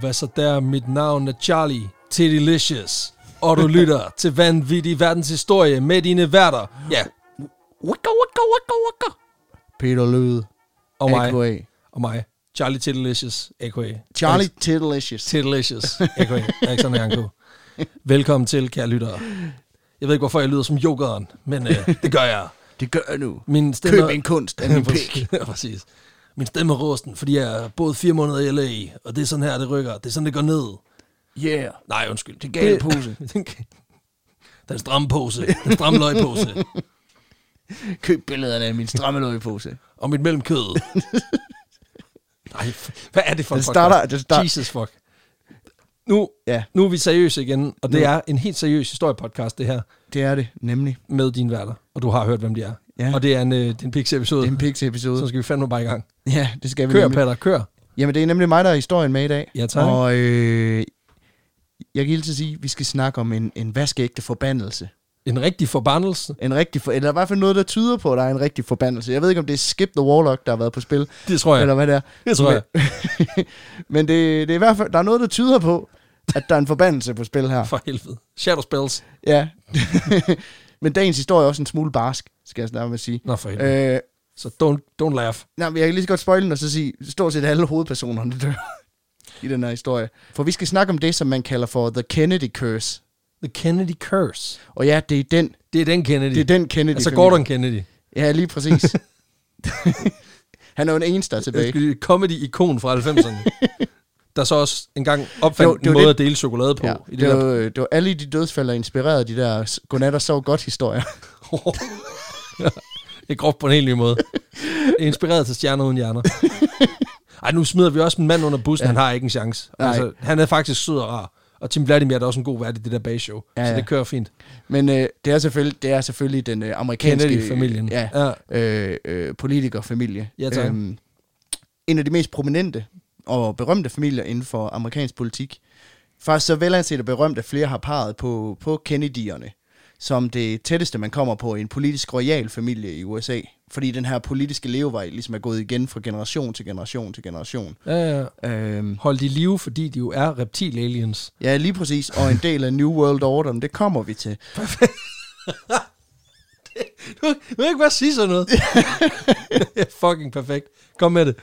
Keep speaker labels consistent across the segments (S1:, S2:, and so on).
S1: hvad så der? Mit navn er Charlie Delicious. Og du lytter til vanvittig verdenshistorie med dine værter. Ja,
S2: Wicka, wicka, wicka, wicka. Peter Løde.
S1: og mig.
S2: AKA.
S1: Og mig. Charlie Delicious, a.k.a.
S2: Charlie Tiddalicious.
S1: Delicious, a.k.a. Alexander Janko. Velkommen til, kære lyttere. Jeg ved ikke, hvorfor jeg lyder som yogeren, men øh, det gør jeg.
S2: Det gør jeg nu.
S1: Min stemme...
S2: Køb en kunst af min pik.
S1: Ja, præcis. Min stemme er rusten, fordi jeg er både fire måneder i LA, og det er sådan her, det rykker. Det er sådan, det går ned.
S2: Yeah.
S1: Nej, undskyld. Det
S2: gale pose.
S1: Den stramme pose. Den stramme løgpose.
S2: Køb billederne af min stramme løgpose.
S1: Og mit mellemkød. Nej, f- hvad er det for
S2: Den
S1: en
S2: starter-
S1: podcast?
S2: den starter-
S1: Jesus fuck. Nu,
S2: Ja,
S1: nu er vi seriøse igen, og det
S2: Nu.
S1: er en helt seriøs historiepodcast, det her,
S2: det er det. Nemlig.
S1: med dine værter. Og du har hørt, hvem de er.
S2: Ja.
S1: Og det er en, øh, det er en
S2: Det
S1: pix-episode,
S2: er en piks episode.
S1: så skal vi fandme bare i gang.
S2: Ja, det skal vi
S1: Kør,
S2: nemlig.
S1: Patter, kør.
S2: Jamen, det er nemlig mig, der er historien med i dag.
S1: Ja, tak.
S2: Og øh, jeg kan altid sige, at vi skal snakke om en, en vaskeægte forbandelse.
S1: En rigtig forbandelse.
S2: En rigtig for, eller i hvert fald noget, der tyder på, at der er en rigtig forbandelse. Jeg ved ikke, om det er Skip the Warlock, der har været på spil,
S1: Det tror jeg.
S2: eller hvad det er.
S1: det tror jeg.
S2: Men det, det er i hvert fald, der er noget, der tyder på, at der er en forbandelse på spil her.
S1: For helvede. Shadow Spells.
S2: Ja. men dagens historie er også en smule barsk, skal jeg snart med at sige.
S1: Nå, for helvede. Øh.
S2: Øh,
S1: Så don't, don't laugh.
S2: nej, men jeg kan lige så godt spoil den og så sige, stort set alle hovedpersonerne dør i den her historie. For vi skal snakke om det, som man kalder for The Kennedy Curse.
S1: The Kennedy Curse.
S2: Og ja, det er den,
S1: Det er den Kennedy.
S2: det er den Kennedy
S1: altså Gordon Kennedy.
S2: Ja, lige præcis. Han er jo den eneste, der er
S1: Det
S2: tilbage.
S1: er Øh, comedy-ikon fra 90'erne. der så også engang opfandt
S2: Det var- det
S1: en
S2: var
S1: måde
S2: det-
S1: at dele chokolade på.
S2: Ja,
S1: I det
S2: det,
S1: der.
S2: var, øh, det var alle de dødsfald, der inspirerede de der s- godnat og sov godt historier.
S1: det er groft på en helt ny måde. Det er Inspireret til Stjerner Uden Hjerner. Ej, nu smider vi også en mand under bussen. Ja. Han har ikke en chance.
S2: Nej.
S1: Altså, han er faktisk sød og rar. Og Tim Vladimir er da også en god vært i det der bagshow. Ja,
S2: Ja,
S1: ja. Så
S2: ja.
S1: det kører fint.
S2: Men øh, det, er selvfølgelig, det er selvfølgelig den øh, amerikanske...
S1: Kennedy-familien.
S2: Ja,
S1: ja.
S2: øh, øh, politikerfamilie.
S1: Ja, tak.
S2: Øhm, en af de mest prominente og berømte familier inden for amerikansk politik. Faktisk så velanset og berømt, at flere har peget på, på Kennedyerne, som det tætteste, man kommer på en politisk royal familie i USA. Fordi den her politiske levevej ligesom er gået igen fra generation til generation til generation.
S1: ja, ja.
S2: Øhm,
S1: Holdt i live, fordi de jo er reptil-aliens.
S2: ja, lige præcis. Og en del af New World Order, men det kommer vi til.
S1: Du du vil ikke bare sige sådan noget. Fucking perfekt. Kom med det.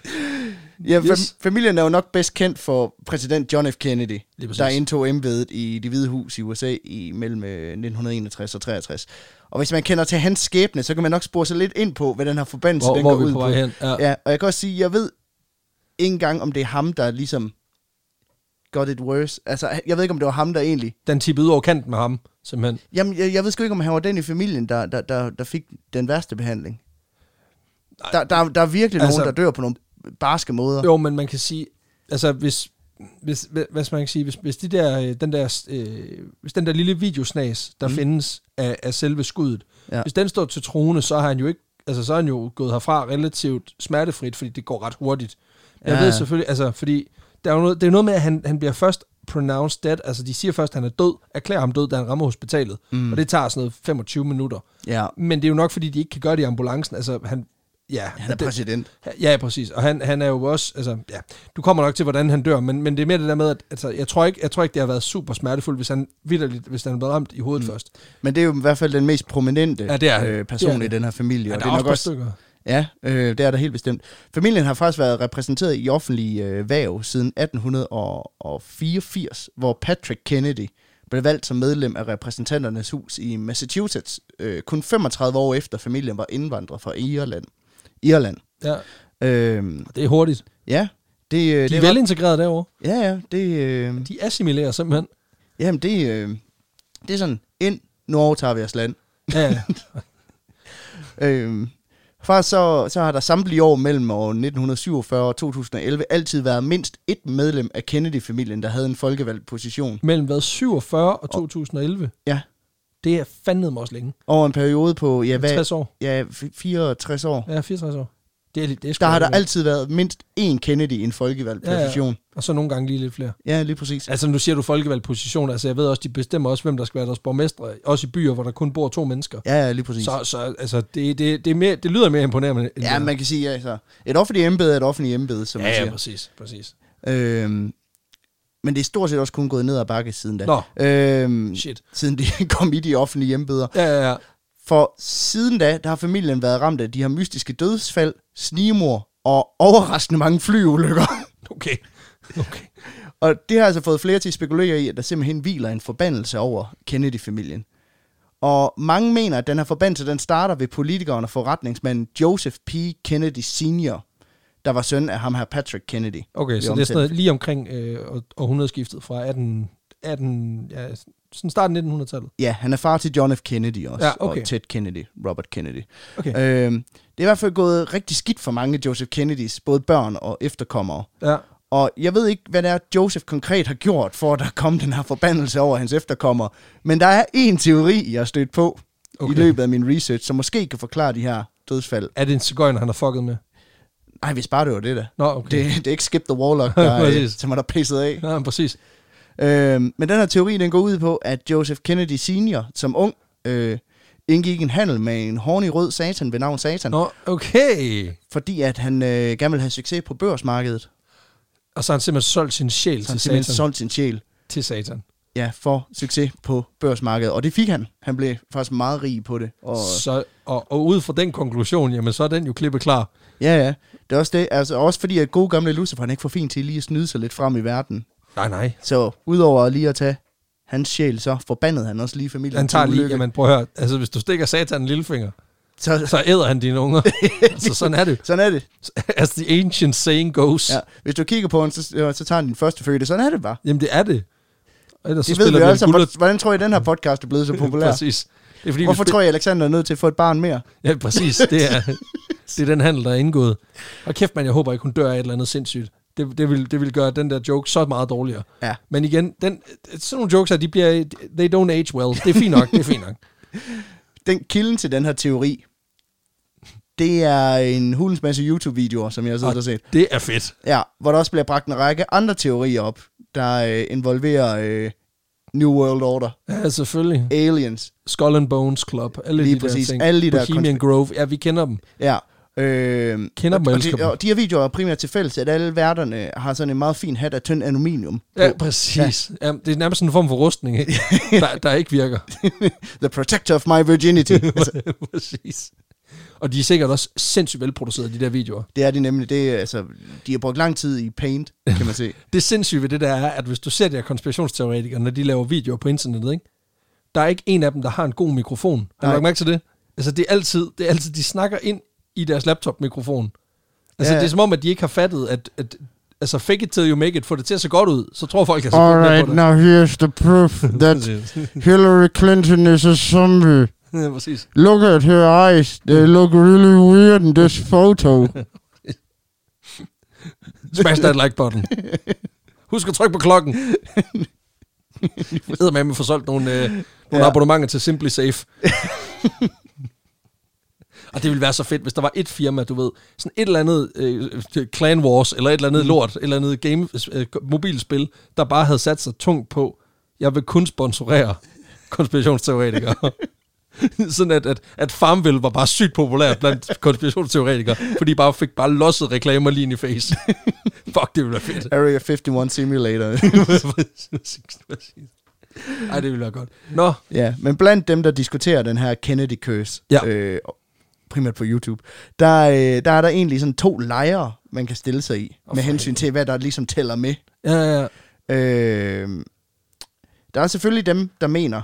S2: Ja, fam-
S1: Yes.
S2: familien er jo nok bedst kendt for præsident John F. Kennedy,
S1: Lige præcis.
S2: der indtog embedet i det hvide hus i USA i mellem øh, 1961 og 63. Og hvis man kender til hans skæbne, så kan man nok spore sig lidt ind på, hvad den her forbandelse
S1: Hvor-
S2: den
S1: hvor
S2: går
S1: er vi
S2: ud
S1: på vej hen? Ja.
S2: Ja. ja, og jeg kan også sige, jeg ved ikke engang, om det er ham, der ligesom got it worse. Altså, jeg ved ikke, om det var ham, der egentlig...
S1: Den tippede ud over kanten med ham, simpelthen.
S2: Jamen, jeg, jeg ved sgu ikke, om han var den i familien, der, der, der, der fik den værste behandling.
S1: Nej.
S2: Der, der, der er virkelig altså,
S1: Altså-
S2: nogen, der dør på nogle barske måder.
S1: Jo, men man kan sige, altså hvis, hvis, hvad skal man sige, hvis, hvis, de der, øh, den der, øh, hvis den der lille videosnas, der mm. findes af, af selve skuddet, ja.
S2: Ja.
S1: hvis den står til troende, så har han jo ikke, altså så er han jo gået herfra relativt smertefrit, fordi det går ret hurtigt. Men jeg
S2: Ja.
S1: ved selvfølgelig, altså fordi, der er jo noget, det er jo noget med, at han, han bliver først pronounced dead, altså de siger først, at han er død, erklærer ham død, da han rammer hospitalet, mm. og det tager sådan noget 25 minutter.
S2: Ja,
S1: Men det er jo nok, fordi de ikke kan gøre det i ambulancen, altså han, ja,
S2: han er
S1: det-
S2: præsident.
S1: Ja, præcis. Og han, han er jo også, altså, ja, du kommer nok til, hvordan han dør, men, men det er mere det der med, at altså, jeg, tror ikke, jeg tror ikke, det har været super smertefuldt, hvis han vidderligt, hvis han er blevet ramt i hovedet mm. først.
S2: Men det er jo i hvert fald den mest prominente
S1: Ja, det er han.
S2: øh, person
S1: Det er han.
S2: i den her familie.
S1: Ja,
S2: og
S1: der
S2: det
S1: er
S2: er
S1: også
S2: nok
S1: et par stykker.
S2: også, ja, øh, det er der helt bestemt. Familien har faktisk været repræsenteret i offentlige øh, væv siden 1884, hvor Patrick Kennedy blev valgt som medlem af repræsentanternes hus i Massachusetts, øh, kun 35 år efter familien var indvandret fra Irland. Irland.
S1: Ja,
S2: Øh,
S1: og det er hurtigt.
S2: ja, det, øh,
S1: De
S2: det
S1: er velintegrerede derovre.
S2: ret- Ja, ja, det, øh,
S1: De assimilerer simpelthen.
S2: jamen det, øh, det er sådan, ind, nu overtager vi jeres land.
S1: Ja, ja.
S2: Øhm, faktisk så, så har der samtlige år mellem år 1947 og 2011 altid været mindst et medlem af Kennedy-familien, der havde en folkevalgt position.
S1: mellem hvad, 47 og 2011.
S2: Ja,
S1: Det er fandeme også længe.
S2: over en periode på ja, hvad,
S1: 60 år.
S2: ja, f- 64 år.
S1: Ja, 64 år. Det er, det er sgu
S2: Der har der
S1: længe.
S2: altid været mindst én Kennedy i en folkevalgt
S1: Ja, ja.
S2: position.
S1: Og så nogle gange lige lidt flere.
S2: Ja, lige præcis.
S1: Altså nu siger du folkevalgt position, altså jeg ved også, de bestemmer også, hvem der skal være deres borgmestre, også i byer, hvor der kun bor to mennesker.
S2: Ja, ja, lige præcis.
S1: Så, så altså, det, det, det, er mere, det lyder mere imponerende. End
S2: Ja,
S1: det.
S2: man kan sige, altså, et offentligt embede er et offentligt embede, som man
S1: ja, ja,
S2: siger.
S1: præcis, præcis.
S2: Øhm, Men det er stort set også kun gået ned ad bakke siden da.
S1: Nå.
S2: Øhm,
S1: Shit.
S2: Siden de kom i de offentlige hjembeder.
S1: Ja, ja, ja.
S2: For siden da, der har familien været ramt af de her mystiske dødsfald, snigmor og overraskende mange flyulykker.
S1: Okay. Okay.
S2: Og det har altså fået flere til at spekulere i, at der simpelthen hviler en forbandelse over Kennedy-familien. Og mange mener, at den her forbandelse, den starter ved politikeren og forretningsmanden Joseph P. Kennedy Sr., der var søn af ham her Patrick Kennedy.
S1: Okay,
S2: Vi
S1: så det er
S2: omtalte-
S1: sådan noget lige omkring øh, år- århundredeskiftet fra 18... 18 ja, sådan starten af 1900-tallet.
S2: Ja, han er far til John F. Kennedy også,
S1: Ja, okay.
S2: og Ted Kennedy, Robert Kennedy.
S1: Okay.
S2: Øhm, det er i hvert fald gået rigtig skidt for mange af Joseph Kennedys, både børn og efterkommere.
S1: Ja.
S2: Og jeg ved ikke, hvad det er, Joseph konkret har gjort, for at der kom den her forbandelse over hans efterkommere. Men der er en teori, jeg har stødt på okay.
S1: Okay.
S2: i løbet af min research, som måske kan forklare de her dødsfald.
S1: Er det en cigøjner, han har fucket med?
S2: Nej, hvis bare det var det da.
S1: Nå, okay.
S2: Det, det er ikke Skip the Warlock, der, øh,
S1: Præcis.
S2: som er der pisset af.
S1: Ja, men præcis.
S2: Øhm, men den her teori, den går ud på, at Joseph Kennedy Sr. som ung øh, indgik en handel med en hornig rød satan ved navn Satan, Nå.
S1: Nå, okay.
S2: fordi at han øh, gerne ville have succes på børsmarkedet.
S1: Og så har han simpelthen solgt sin sjæl
S2: Så han
S1: til
S2: simpelthen
S1: satan.
S2: solgte sin sjæl
S1: Til satan.
S2: ja, for succes på børsmarkedet. Og det fik han. Han blev faktisk meget rig på det. Og,
S1: Så, og, og ud fra den konklusion, jamen så er den jo klippet klar.
S2: ja, ja. Det er også det. Altså, også fordi, at gode gamle Lucifer, han er ikke for fin til lige at snyde sig lidt frem i verden.
S1: Nej, nej.
S2: Så udover lige at tage hans sjæl, så forbandede han også lige familien
S1: Han tager
S2: til
S1: lige,
S2: ulykke.
S1: jamen prøv at høre, altså hvis du stikker satan en lillefinger,
S2: Så,
S1: så æder han dine unger. så sådan er det.
S2: sådan er det.
S1: As the ancient saying goes.
S2: Ja.
S1: Ja.
S2: Hvis du kigger på ham, så, så tager han din første fødte. Sådan er det bare.
S1: Jamen det er det. Og Ellers
S2: Det ved vi
S1: en
S2: altså.
S1: guld-
S2: Hvordan- Hvordan tror I, den her podcast er blevet så populær?
S1: Præcis. Det er fordi,
S2: Hvorfor
S1: vi
S2: tror I, Alexander er nødt til at få et barn mere?
S1: Ja, præcis. Det er, det er den handel, der er indgået. Og kæft, man, jeg håber ikke, hun dør af et eller andet sindssygt. Det, det, vil, det vil gøre den der joke så meget dårligere.
S2: Ja.
S1: Men igen, den, sådan nogle jokes her, de bliver, they don't age well. Det er fint nok, det er fint nok.
S2: Den kilden til den her teori, det er en hulens masse YouTube-videoer, som jeg har siddet og set.
S1: Det er fedt.
S2: Ja, hvor der også bliver bragt en række andre teorier op, der øh, involverer øh, New World Order,
S1: Ja, selvfølgelig.
S2: aliens.
S1: Skull and Bones Club, alle
S2: Lige
S1: de
S2: præcis.
S1: der ting.
S2: Alle de der
S1: Bohemian Grove, ja, vi kender dem.
S2: Ja. Øh,
S1: Kender dem og
S2: og,
S1: elsker
S2: de,
S1: dem.
S2: og de her videoer er primært til fælles, at alle værterne har sådan en meget fin hat af tynd aluminium.
S1: Ja, præcis. Ja. Jamen, det er nærmest sådan en form for rustning, ikke? Der, der ikke virker.
S2: The protector of my virginity. altså,
S1: præcis. Og de er sikkert også sindssygt velproducerede, de der videoer.
S2: det er de nemlig. Det, er, altså, de har brugt lang tid i paint, kan man se.
S1: Det sindssyge ved det der er, at hvis du ser de her konspirationsteoretikere, når de laver videoer på internettet, ikke? der er ikke en af dem, der har en god mikrofon. Har du
S2: Nej.
S1: lagt mærke til det? Altså, det er altid, det er altid de snakker ind i deres laptop-mikrofon. Altså,
S2: Ja.
S1: ja. det er som om, at de ikke har fattet, at, at altså, fake it till you make it, få det til at se godt ud, så tror folk, at
S3: All right, now here's the proof that Hillary Clinton is a zombie.
S1: Ja, præcis.
S3: Look at her eyes. They look really weird in this photo.
S1: Smash that like button. Husk at trykke på klokken. Jeg med, at vi får solgt nogle, øh, nogle
S2: Ja.
S1: ja. abonnementer til Simply Safe. Og det ville være så fedt, hvis der var et firma, du ved, sådan et eller andet øh, Clan Wars, eller et eller
S2: Mm.
S1: andet lort, et eller andet game, øh, mobilspil, der bare havde sat sig tungt på, jeg vil kun sponsorere konspirationsteoretikere. sådan at, at, at Farmville var bare sygt populær blandt konspirationsteoretikere, fordi de bare fik bare losset reklamer lige ind i face. Fuck, det ville være fedt.
S2: Area 51 Simulator.
S1: Præcis, præcis. Ej, det ville være godt. Nå,
S2: Ja, men blandt dem, der diskuterer den her Kennedy Curse,
S1: Ja.
S2: øh, primært på YouTube, der, øh, der er der egentlig sådan to lejre, man kan stille sig i, oh, med hensyn til, hvad der ligesom tæller med.
S1: ja, ja, ja.
S2: Øh, der er selvfølgelig dem, der mener,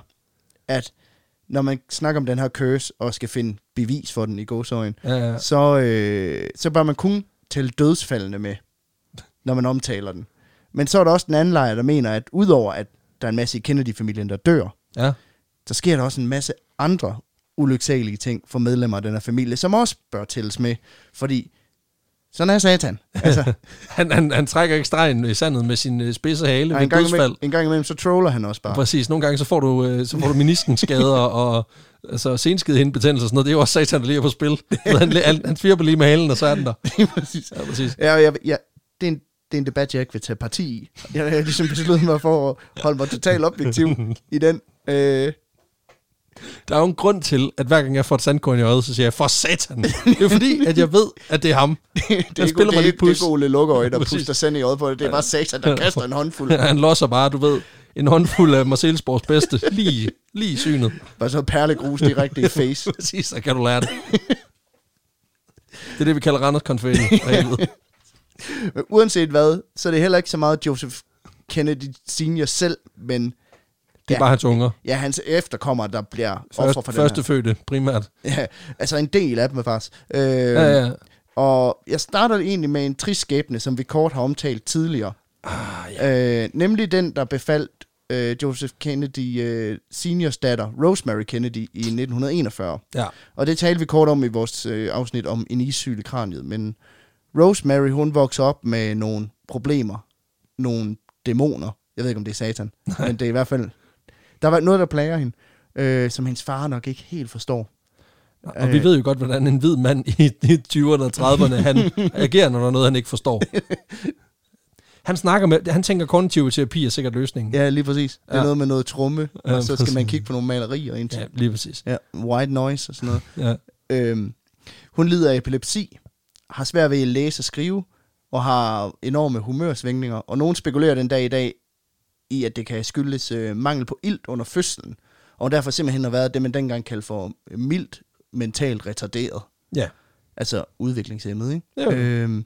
S2: at når man snakker om den her curse, og skal finde bevis for den i godsøjen,
S1: ja, ja.
S2: ja. så, øh, så bør man kun tælle dødsfaldene med, når man omtaler den. Men så er der også den anden lejr, der mener, at udover at der er en masse i Kennedy-familien, der dør,
S1: ja.
S2: så sker der også en masse andre ulyksalige ting for medlemmer af den her familie, som også bør tælles med, fordi sådan er satan. Altså,
S1: Han, han, han trækker ikke stregen i sandet med sin øh, spidse hale ved
S2: en, gang
S1: dødsfald.
S2: imellem, en gang imellem, så troller han også bare.
S1: Præcis, nogle gange så får du, øh, så får du meniskenskader og altså, senskidehindebetændelse og sådan noget. Det er jo også satan, der lige er på spil. Så han, han, han svirper lige med halen, og så er den der.
S2: Præcis.
S1: Ja, præcis.
S2: Ja, jeg, jeg, det, er en, det er en debat, jeg ikke vil tage parti i. Jeg har ligesom besluttet mig for at holde mig totalt objektiv i den. Øh,
S1: Der er jo en grund til, at hver gang jeg får et sandkorn i øjet, så siger jeg, for satan. Det er jo fordi, at jeg ved, at det er ham.
S2: det er
S1: spiller
S2: ikke
S1: mig
S2: det,
S1: lidt
S2: lidt
S1: pus.
S2: det er Ole Lukkeøje, der
S1: Præcis.
S2: puster sand i øjet på det. Det er bare satan, der kaster en håndfuld.
S1: Han losser bare, du ved, en håndfuld af Marcelsborgs bedste, lige, lige i synet.
S2: Bare så perlegrus direkte i face.
S1: Præcis, så kan du lære det. Det er det, vi kalder Randers konfetti. for helvede.
S2: Men uanset hvad, så er det heller ikke så meget Joseph Kennedy Senior selv, men
S1: Det er
S2: Ja.
S1: bare hans unger.
S2: ja, hans efterkommere, der bliver offer for
S1: Først, førstefødte, primært.
S2: den her. Ja, altså en del af dem er faktisk. Øh, ja,
S1: Ja, ja.
S2: Og jeg starter egentlig med en trist skæbne, som vi kort har omtalt tidligere. Ah, ja. øh, nemlig den, der befaldt øh, Joseph Kennedy øh, seniors datter, Rosemary Kennedy, i 1941.
S1: ja.
S2: Og det talte vi kort om i vores øh, afsnit om en issyl i kraniet, men Rosemary, hun vokser op med nogle problemer, nogle dæmoner. Jeg ved ikke, om det er satan, men det er i hvert fald... Der var noget, der plager hende, øh, som hendes far nok ikke helt forstår.
S1: Og
S2: Øh.
S1: vi ved jo godt, hvordan en hvid mand i, i 20'erne og 30'erne, han agerer, når der er noget, han ikke forstår. Han snakker med, han tænker, kognitiv terapi er sikkert løsningen.
S2: Ja, lige præcis.
S1: Mm.
S2: Det er
S1: Ja.
S2: ja. noget med noget trumme,
S1: Ja,
S2: og så skal man
S1: præcis.
S2: kigge på nogle malerier indtil.
S1: ja lige præcis.
S2: Ja, white noise og sådan noget.
S1: Ja.
S2: Øhm, hun lider af epilepsi, har svært ved at læse og skrive, og har enorme humørsvingninger. Og nogen spekulerer den dag i dag i, at det kan skyldes øh, mangel på ilt under fødslen, og derfor simpelthen har været det, man dengang kaldte for øh, mildt mentalt retarderet.
S1: ja.
S2: Altså udviklingshemmet, ikke?
S1: Ja.
S2: Øhm,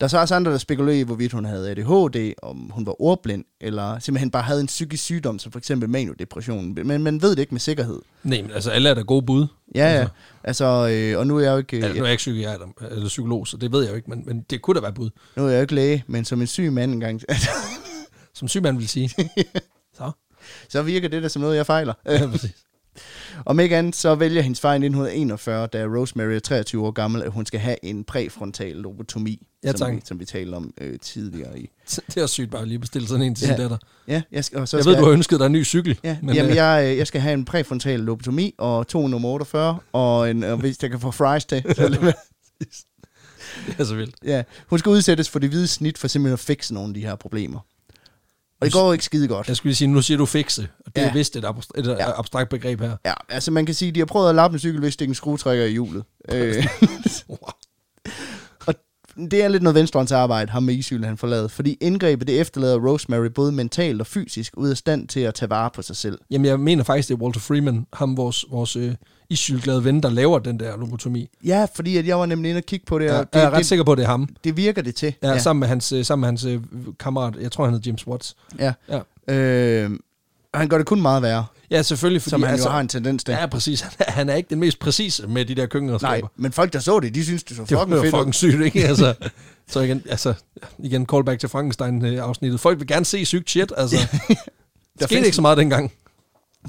S2: der er så også andre, der spekulerer i, hvorvidt hun havde ADHD, om hun var ordblind, eller simpelthen bare havde en psykisk sygdom, som for eksempel maniodepressionen. Men man ved det ikke med sikkerhed.
S1: Nej, men altså, alle er der gode bud.
S2: Ja, ja. Altså, øh, og nu er jeg jo ikke...
S1: Ja, nu er jeg ikke psykiater eller psykolog, så det ved jeg jo ikke, men, men det kunne da være bud.
S2: Nu er jeg jo ikke læge, men som en syg mand engang,
S1: Som syg mand vil sige. Så.
S2: så virker det da som noget, jeg fejler. Øh,
S1: Ja, præcis.
S2: Om ikke andet, så vælger hendes far i 1941, da Rosemary er 23 år gammel, at hun skal have en præfrontal lobotomi,
S1: Ja, tak.
S2: som, vi, som vi talte om øh, tidligere i.
S1: Det er også sygt bare lige at bestille sådan en til
S2: Ja.
S1: sin datter.
S2: Ja, jeg, skal, og så
S1: Jeg
S2: skal
S1: ved, du har ønsket dig en ny cykel.
S2: Ja,
S1: men,
S2: men, jamen,
S1: øh,
S2: jeg, øh, jeg skal have en præfrontal lobotomi og to nummer 48, og, en, og hvis jeg kan få fries til. Så vil det være-
S1: Det er så vildt.
S2: ja. Hun skal udsættes for det hvide snit for simpelthen at fikse nogle af de her problemer. Og det går jo ikke skide godt.
S1: Jeg skulle lige sige, nu siger du fikse, og det ja.
S2: Ja.
S1: er vist et, abstrakt, et øh,
S2: Ja.
S1: abstrakt begreb her.
S2: Ja, altså man kan sige, at de har prøvet at lappe en cykel ved at stikke en skruetrækker i hjulet. Øh,
S1: Wow.
S2: og det er lidt noget venstrehåndsarbejde, ham med isyl han forladet, fordi indgrebet det efterlader Rosemary både mentalt og fysisk ud af stand til at tage vare på sig selv.
S1: Jamen, jeg mener faktisk, det er Walter Freeman, ham vores, vores øh, isylglade ven, der laver den der lobotomi.
S2: Ja, fordi at jeg var nemlig inde og kigge på det,
S1: Ja,
S2: og
S1: jeg
S2: det,
S1: er ret
S2: det,
S1: sikker på, at det er ham.
S2: det virker det til.
S1: Ja, ja. Sammen med hans, øh, sammen med hans øh, kammerat, jeg tror, han hedder James Watts.
S2: ja.
S1: Ja,
S2: Øh, og han gør det kun meget værre,
S1: ja selvfølgelig. Fordi, altså-
S2: som han jo har en tendens til.
S1: Ja, præcis. Han er, han er ikke den mest præcise med de der
S2: Nej,
S1: køkkenredskaber.
S2: men folk, der så det, de synes, det så
S1: Det var
S2: fucking fedt.
S1: fucking,
S2: ud.
S1: fucking sygt, ikke? Altså, så igen, altså, igen callback til Frankenstein-afsnittet. Folk vil gerne se sygt shit, altså. der skete
S2: findes-
S1: ikke så meget dengang.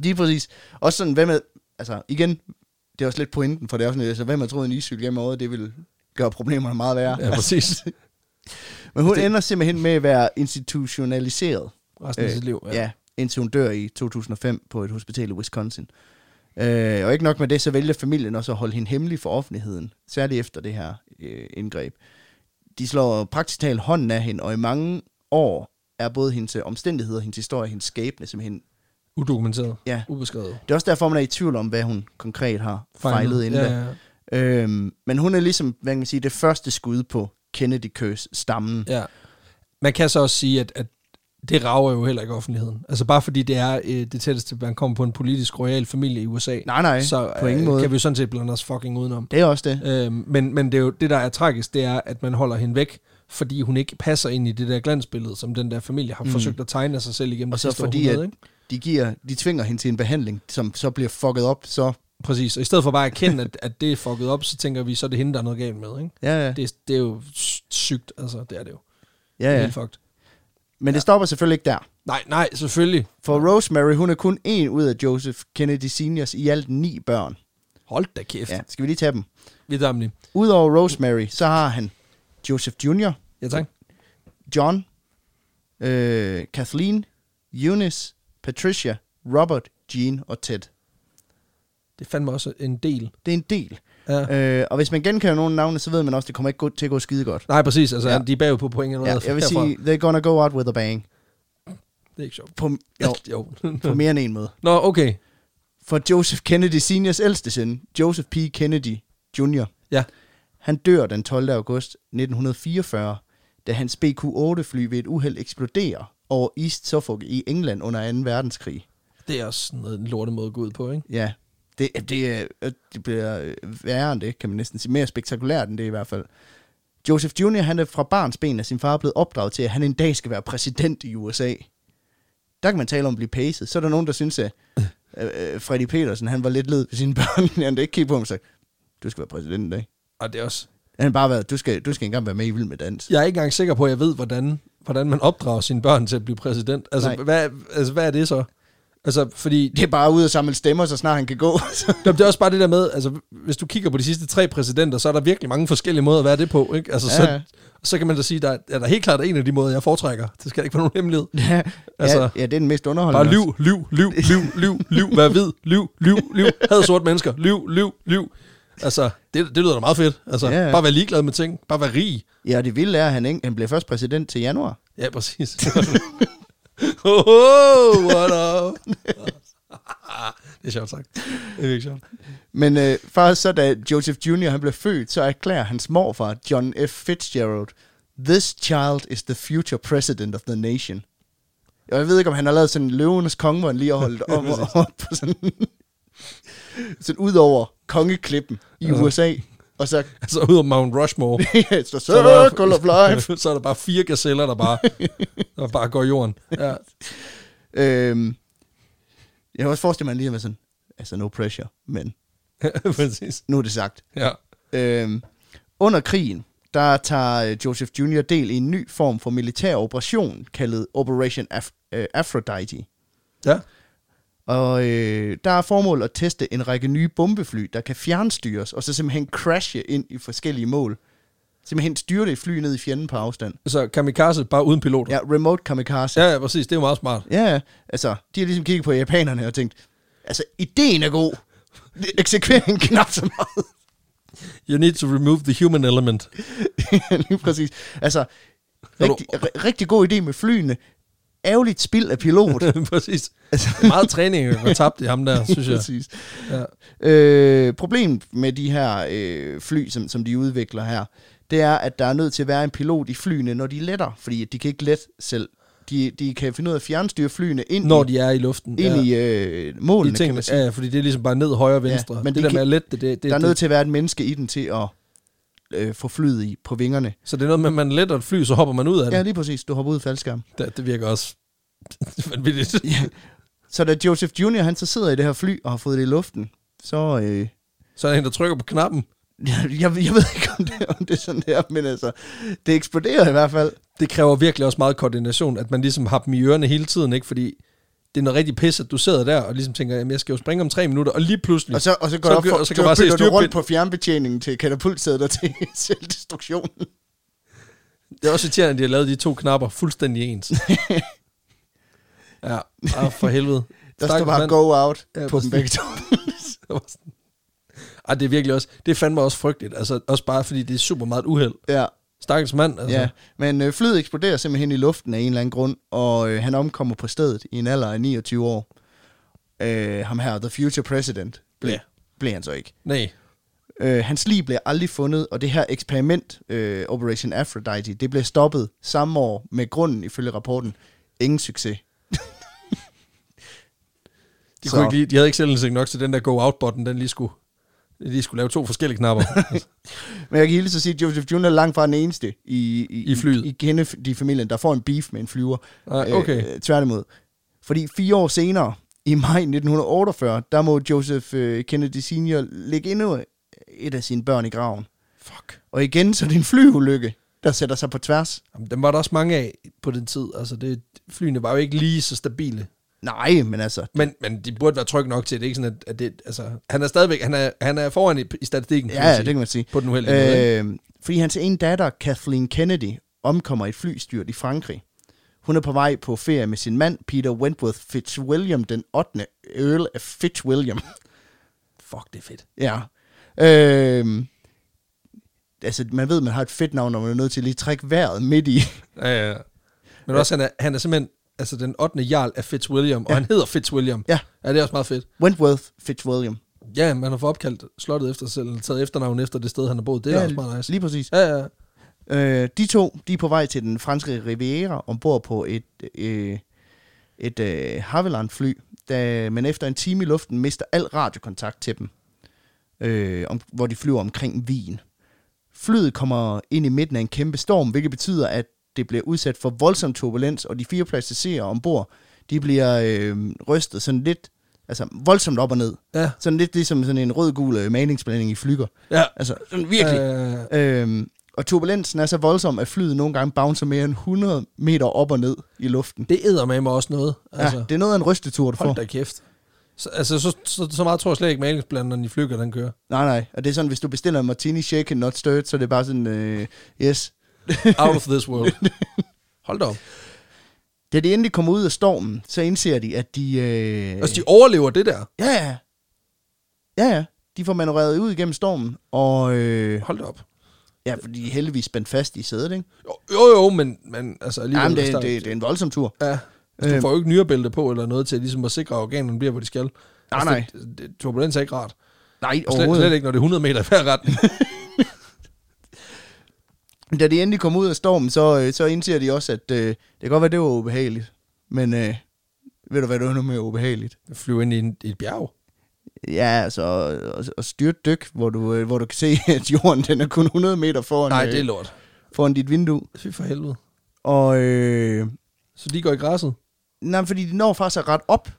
S2: Lige præcis. Også sådan, hvem er, altså igen, det er også lidt pointen for det er også sådan, altså, hvem har troet en iscykel gennem året, det ville gøre problemerne meget værre.
S1: Ja, præcis.
S2: Men hun det... ender simpelthen med at være institutionaliseret. øh,
S1: Resten af sit liv.
S2: Ja. ja, indtil hun dør i 2005 på et hospital i Wisconsin. Øh, og ikke nok med det, så vælger familien også at holde hende hemmelig for offentligheden, særligt efter det her øh, indgreb. De slår praktisk talt hånden af hende, og i mange år er både hendes øh, omstændigheder, hendes historie, hendes skæbne simpelthen
S1: Udokumenteret.
S2: Ja.
S1: Ubeskrevet.
S2: Det er også derfor, man er i tvivl om, hvad hun konkret har fejlet inden
S1: ja,
S2: ja,
S1: ja, ja.
S2: ja. Øhm, men hun er ligesom, hvad kan man sige, det første skud på Kennedy Curse stammen. Ja.
S1: Ja. Man kan så også sige, at, at det rager jo heller ikke offentligheden. Altså bare fordi det er øh, det tætteste, man kommer på en politisk royal familie i USA,
S2: Nej, nej,
S1: så øh,
S2: på ingen måde.
S1: kan vi jo sådan set blande os fucking udenom.
S2: Det er også det.
S1: Øh, men men det, er jo, det, der er tragisk, det er, at man holder hende væk, fordi hun ikke passer ind i det der glansbillede, som den der familie har mm. forsøgt at tegne af sig selv igennem
S2: Og
S1: det
S2: så
S1: sidste
S2: fordi,
S1: århundrede,
S2: at
S1: ikke?
S2: de, giver, de tvinger hende til en behandling, som så bliver fucket op, så...
S1: Præcis, og i stedet for bare at erkende, at, at det er fucket op, så tænker vi, så er det hende, der er noget galt med. Ikke?
S2: Ja, ja.
S1: Det, det er jo s- sygt, altså det er det jo. Det
S2: ja,
S1: er
S2: ja.
S1: helt fucked.
S2: Men det stopper selvfølgelig ikke der.
S1: Nej, nej, selvfølgelig.
S2: For Rosemary, hun er kun en ud af Joseph Kennedy Seniors i alt ni børn.
S1: Hold da kæft. Ja.
S2: Ja, skal vi lige tage dem?
S1: Vi tager dem lige.
S2: Udover Rosemary, så har han Joseph Jr.,
S1: Ja, tak.
S2: John, øh, Kathleen, Eunice, Patricia, Robert, Jean og Ted.
S1: Det fandt mig også en del.
S2: Det er en del.
S1: Ja.
S2: Øh, og hvis man genkender nogle navne, så ved man også, at det kommer ikke gå- til at gå skide godt.
S1: Nej, præcis. Altså, ja.
S2: Ja.
S1: de er bagud på point eller
S2: Ja,
S1: noget.
S2: jeg vil sige, they're gonna go out with a bang.
S1: Det er ikke sjovt.
S2: På, jo,
S1: Jo.
S2: på mere end en måde.
S1: Nå, okay.
S2: for Joseph Kennedy Seniors ældste søn, Joseph P. Kennedy Jr.
S1: Ja.
S2: Han dør den 12. august 1944, da hans BQ-8-fly ved et uheld eksploderer over East Suffolk i England under 2. verdenskrig.
S1: Det er også sådan noget, en lorte måde at gå ud på, ikke?
S2: Ja, det, det, er- øh, det bliver øh, værre end det, kan man næsten sige. Mere spektakulært end det i hvert fald. Joseph Jr., han er fra barns ben af sin far blevet opdraget til, at han en dag skal være præsident i USA. Der kan man tale om at blive paced. Så er der nogen, der synes, at øh, øh, Freddy Petersen, han var lidt led ved sine børn. han har ikke kigge på ham og sagt, du skal være præsident en dag.
S1: Og det er også...
S2: Han har bare været, du skal, du skal engang være med i Vild Med Dans.
S1: Jeg er ikke engang sikker på, at jeg ved, hvordan, hvordan man opdrager sine børn til at blive præsident. Altså,
S2: Nej.
S1: hvad, altså hvad er det så? Altså, fordi...
S2: Det er bare ud og samle stemmer, så snart han kan gå. Så-
S1: Jamen, det er også bare det der med, altså, hvis du kigger på de sidste tre præsidenter, så er der virkelig mange forskellige måder at være det på, ikke? Altså,
S2: Ja,
S1: så,
S2: ja.
S1: så kan man da sige, der er, er der helt klart en af de måder, jeg foretrækker. Det skal ikke være nogen hemmelighed.
S2: ja,
S1: Altså,
S2: altså, ja, det er den mest underholdende.
S1: Bare liv, liv, liv, liv, liv, liv, vær hvid, liv, liv, liv, had sorte mennesker, liv, liv, liv. Altså, det, det lyder da meget fedt. Altså,
S2: Ja, ja.
S1: bare være ligeglad med ting, bare være rig.
S2: Ja, og det vilde er, at han, ikke, han blev først præsident til januar.
S1: Ja, præcis. oh, oh, what up? det er sjovt sagt. Det er virkelig sjovt.
S2: Men øh, faktisk så, da Joseph Jr. han blev født, så erklærer hans morfar, John F. Fitzgerald, This child is the future president of the nation. Og jeg ved ikke, om han har lavet sådan en løvenes konge, hvor han lige har holdt om og op på sådan, sådan ud over kongeklippen i
S1: Ja.
S2: USA. Og så,
S1: Altså, ud af Mount Rushmore.
S2: så
S1: så er der-
S2: circle of life.
S1: så er der bare fire gazeller, der bare, der bare går i jorden. Ja.
S2: øhm, jeg kan også forestille mig, at han lige har været sådan, altså no pressure, men
S1: præcis.
S2: nu er det sagt.
S1: Ja.
S2: Øhm, under krigen, der tager øh, Joseph Jr. del i en ny form for militær operation, kaldet Operation Af- øh, Aphrodite.
S1: Ja.
S2: Og øh, der er formål at teste en række nye bombefly, der kan fjernstyres, og så simpelthen crashe ind i forskellige mål. Simpelthen styre det fly ned i fjenden på afstand.
S1: Så kamikaze bare uden piloter.
S2: Ja, remote kamikaze. Ja,
S1: Ja, ja, præcis. Det er jo meget smart.
S2: ja altså, de har ligesom kigget på japanerne og tænkt, altså, ideen er god, eksekveringen knap så meget.
S1: You need to remove the human element.
S2: Lige præcis. Altså,
S1: Når du-
S2: rigtig, ri- rigtig god idé med flyene. Ærgerligt spild af pilot.
S1: præcis. Altså. Meget træning, der var tabt i ham der, synes jeg.
S2: præcis.
S1: Ja.
S2: Øh, problemet med de her øh, fly, som, som de udvikler her, det er, at der er nødt til at være en pilot i flyene, når de letter, fordi at de kan ikke lette selv. De, de kan finde ud af at fjernstyre flyene ind
S1: Når
S2: i,
S1: de er i luften.
S2: ind
S1: ja.
S2: i øh, målene,
S1: I
S2: kan
S1: tingene,
S2: man sige.
S1: ja, fordi det er ligesom bare ned, højre, venstre. Ja,
S2: men
S1: men det
S2: de
S1: der
S2: kan-
S1: med at lette det, det, det,
S2: Der er
S1: det,
S2: nødt til at være et menneske i den til at øh, få flyet i på vingerne.
S1: Så det er noget med, at man letter et fly, så hopper man ud af det.
S2: Ja, lige præcis. Du hopper ud af faldskærmen.
S1: Ja. Det, det virker også vanvittigt.
S2: Så da Joseph Jr. han så sidder i det her fly og har fået det i luften, så... Øh,
S1: Så er der en, der trykker på knappen.
S2: jeg, jeg, jeg ved ikke, om det, om det er sådan der, men altså, det eksploderer i hvert fald.
S1: det kræver virkelig også meget koordination, at man ligesom har dem i ørerne hele tiden, ikke? Fordi det er noget rigtig pis, at du sidder der og ligesom tænker, jamen jeg skal jo springe om tre minutter, og lige pludselig,
S2: Og så, og så går
S1: Så
S2: så, op
S1: gør-
S2: for,
S1: og
S2: og
S1: så
S2: så
S1: kan man bare se
S2: bytter du rundt
S1: styrepind.
S2: på fjernbetjeningen til katapultsæder til selvdestruktionen.
S1: det er også irriterende, at de har lavet de to knapper fuldstændig ens. ja, ah, for helvede.
S2: Der står
S1: Stakkels
S2: bare
S1: mand.
S2: go out
S1: Ja,
S2: ja, på
S1: præcis.
S2: dem begge to.
S1: Det var sådan- Ej, det er virkelig også, det er fandme også frygteligt, altså også bare fordi det er super meget et uheld.
S2: ja,
S1: Stakkels mand, altså.
S2: ja. Men øh, flyet eksploderer simpelthen i luften af en eller anden grund, og øh, han omkommer på stedet i en alder af 29 år. Øh, ham her, the future president, blev,
S1: Ja.
S2: ja. blev han så ikke.
S1: Nej,
S2: Øh, hans lig blev aldrig fundet, og det her eksperiment, øh, Operation Aphrodite, det blev stoppet samme år med grunden, ifølge rapporten, ingen succes.
S1: de,
S2: Så.
S1: kunne ikke lige, de havde ikke selvindsigt nok til den der go out-button, den lige skulle, de skulle lave to forskellige knapper.
S2: Men jeg kan hilse at sige, at Joseph Jr. er langt fra den eneste i,
S1: I flyet.
S2: i Kennedy-familien, der får en beef med en flyver.
S1: Ej, okay.
S2: Øh, tværtimod. Fordi fire år senere, i maj 1948, der må Joseph øh, Kennedy Sr. lægge endnu et af sine børn i graven.
S1: Fuck.
S2: Og igen, så er det en flyulykke, der sætter sig på tværs.
S1: Jamen, dem var der også mange af på den tid. Altså, det, flyene var jo ikke lige så stabile.
S2: Nej, men altså,
S1: Men, men de burde være trygge nok til, at det ikke sådan, at, at det, altså, han er stadigvæk, han er, han er foran i, i statistikken,
S2: ja, det kan man sige.
S1: på den uheldige øh, måde. ikke?
S2: Øh, fordi hans ene datter, Kathleen Kennedy, omkommer i et flystyrt i Frankrig. Hun er på vej på ferie med sin mand, Peter Wentworth Fitzwilliam, den 8. Earl af Fitzwilliam.
S1: Fuck, det er fedt.
S2: ja. Øh, altså, man ved, man har et fedt navn, når man er nødt til at lige trække vejret midt i.
S1: Ja, ja. Men også, han er, han er simpelthen, altså den 8. jarl af Fitzwilliam, og han hedder Fitzwilliam.
S2: Ja.
S1: Ja, det er også meget fedt.
S2: Wentworth Fitzwilliam.
S1: Ja, man har fået opkaldt slottet efter sig selv, eller taget efternavn efter det sted, han har boet. Det er
S2: ja,
S1: ja, også meget nice.
S2: Lige præcis.
S1: Ja, ja.
S2: Øh, de to, de er på vej til den franske Riviera ombord på et, øh, et øh, Havilland-fly, da, men efter en time i luften mister al radiokontakt til dem, øh, om, hvor de flyver omkring Wien. Flyet kommer ind i midten af en kæmpe storm, hvilket betyder, at det bliver udsat for voldsom turbulens, og de fire passagerer ombord, de bliver øh, rystet sådan lidt, altså voldsomt op og ned.
S1: Ja,
S2: Sådan lidt ligesom sådan en rød-gul øh, maningsblanding i flygger.
S1: ja.
S2: Altså, sådan virkelig.
S1: Øh,
S2: Øhm, og turbulensen er så voldsom, at flyet nogle gange bouncer mere end 100 meter op og ned i luften.
S1: det æder med mig også noget. Altså,
S2: Altså, ja, det er noget af en rystetur, du får.
S1: hold da kæft. Så, altså, så, så, så meget tror jeg slet ikke, malingsblanderen i flykker, den kører.
S2: Nej, nej. Og det er sådan, hvis du bestiller en martini shake and not stirred, så er det bare sådan, øh, yes.
S1: Out of this world. Hold da op.
S2: Da de endelig kommer ud af stormen, så indser de, at de... Øh,
S1: Altså, de overlever det der.
S2: Ja, ja. Ja, ja. De får manøvreret ud igennem stormen, og... Øh,
S1: Hold da op.
S2: ja, for de er heldigvis spændt fast i sædet, ikke?
S1: Jo, jo, jo men, men altså alligevel...
S2: Jamen, det,
S1: er
S2: det,
S1: stærkt.
S2: det, er en voldsom tur.
S1: Ja, altså, du
S2: Øhm.
S1: får jo ikke nyrebælte på eller noget til ligesom at sikre, at organerne bliver, hvor de skal.
S2: Nej,
S1: altså, Det, det, turbulens er ikke rart.
S2: Nej,
S1: Og slet, slet ikke, når det er 100 meter i hver retning.
S2: da de endelig kom ud af stormen, så, øh, så indser de også, at øh, det kan godt være, det var ubehageligt. Men øh, ved du hvad, det var nu mere ubehageligt?
S1: Flyve ind i, en, i et bjerg.
S2: Ja, altså, og, og styrt dyk, hvor du, øh, hvor du kan se, at jorden den er kun 100 meter foran,
S1: Nej,
S2: øh,
S1: det er lort.
S2: foran dit vindue.
S1: Fy for helvede.
S2: Og øh,
S1: Så de går i græsset.
S2: nej, fordi de når faktisk at ret op.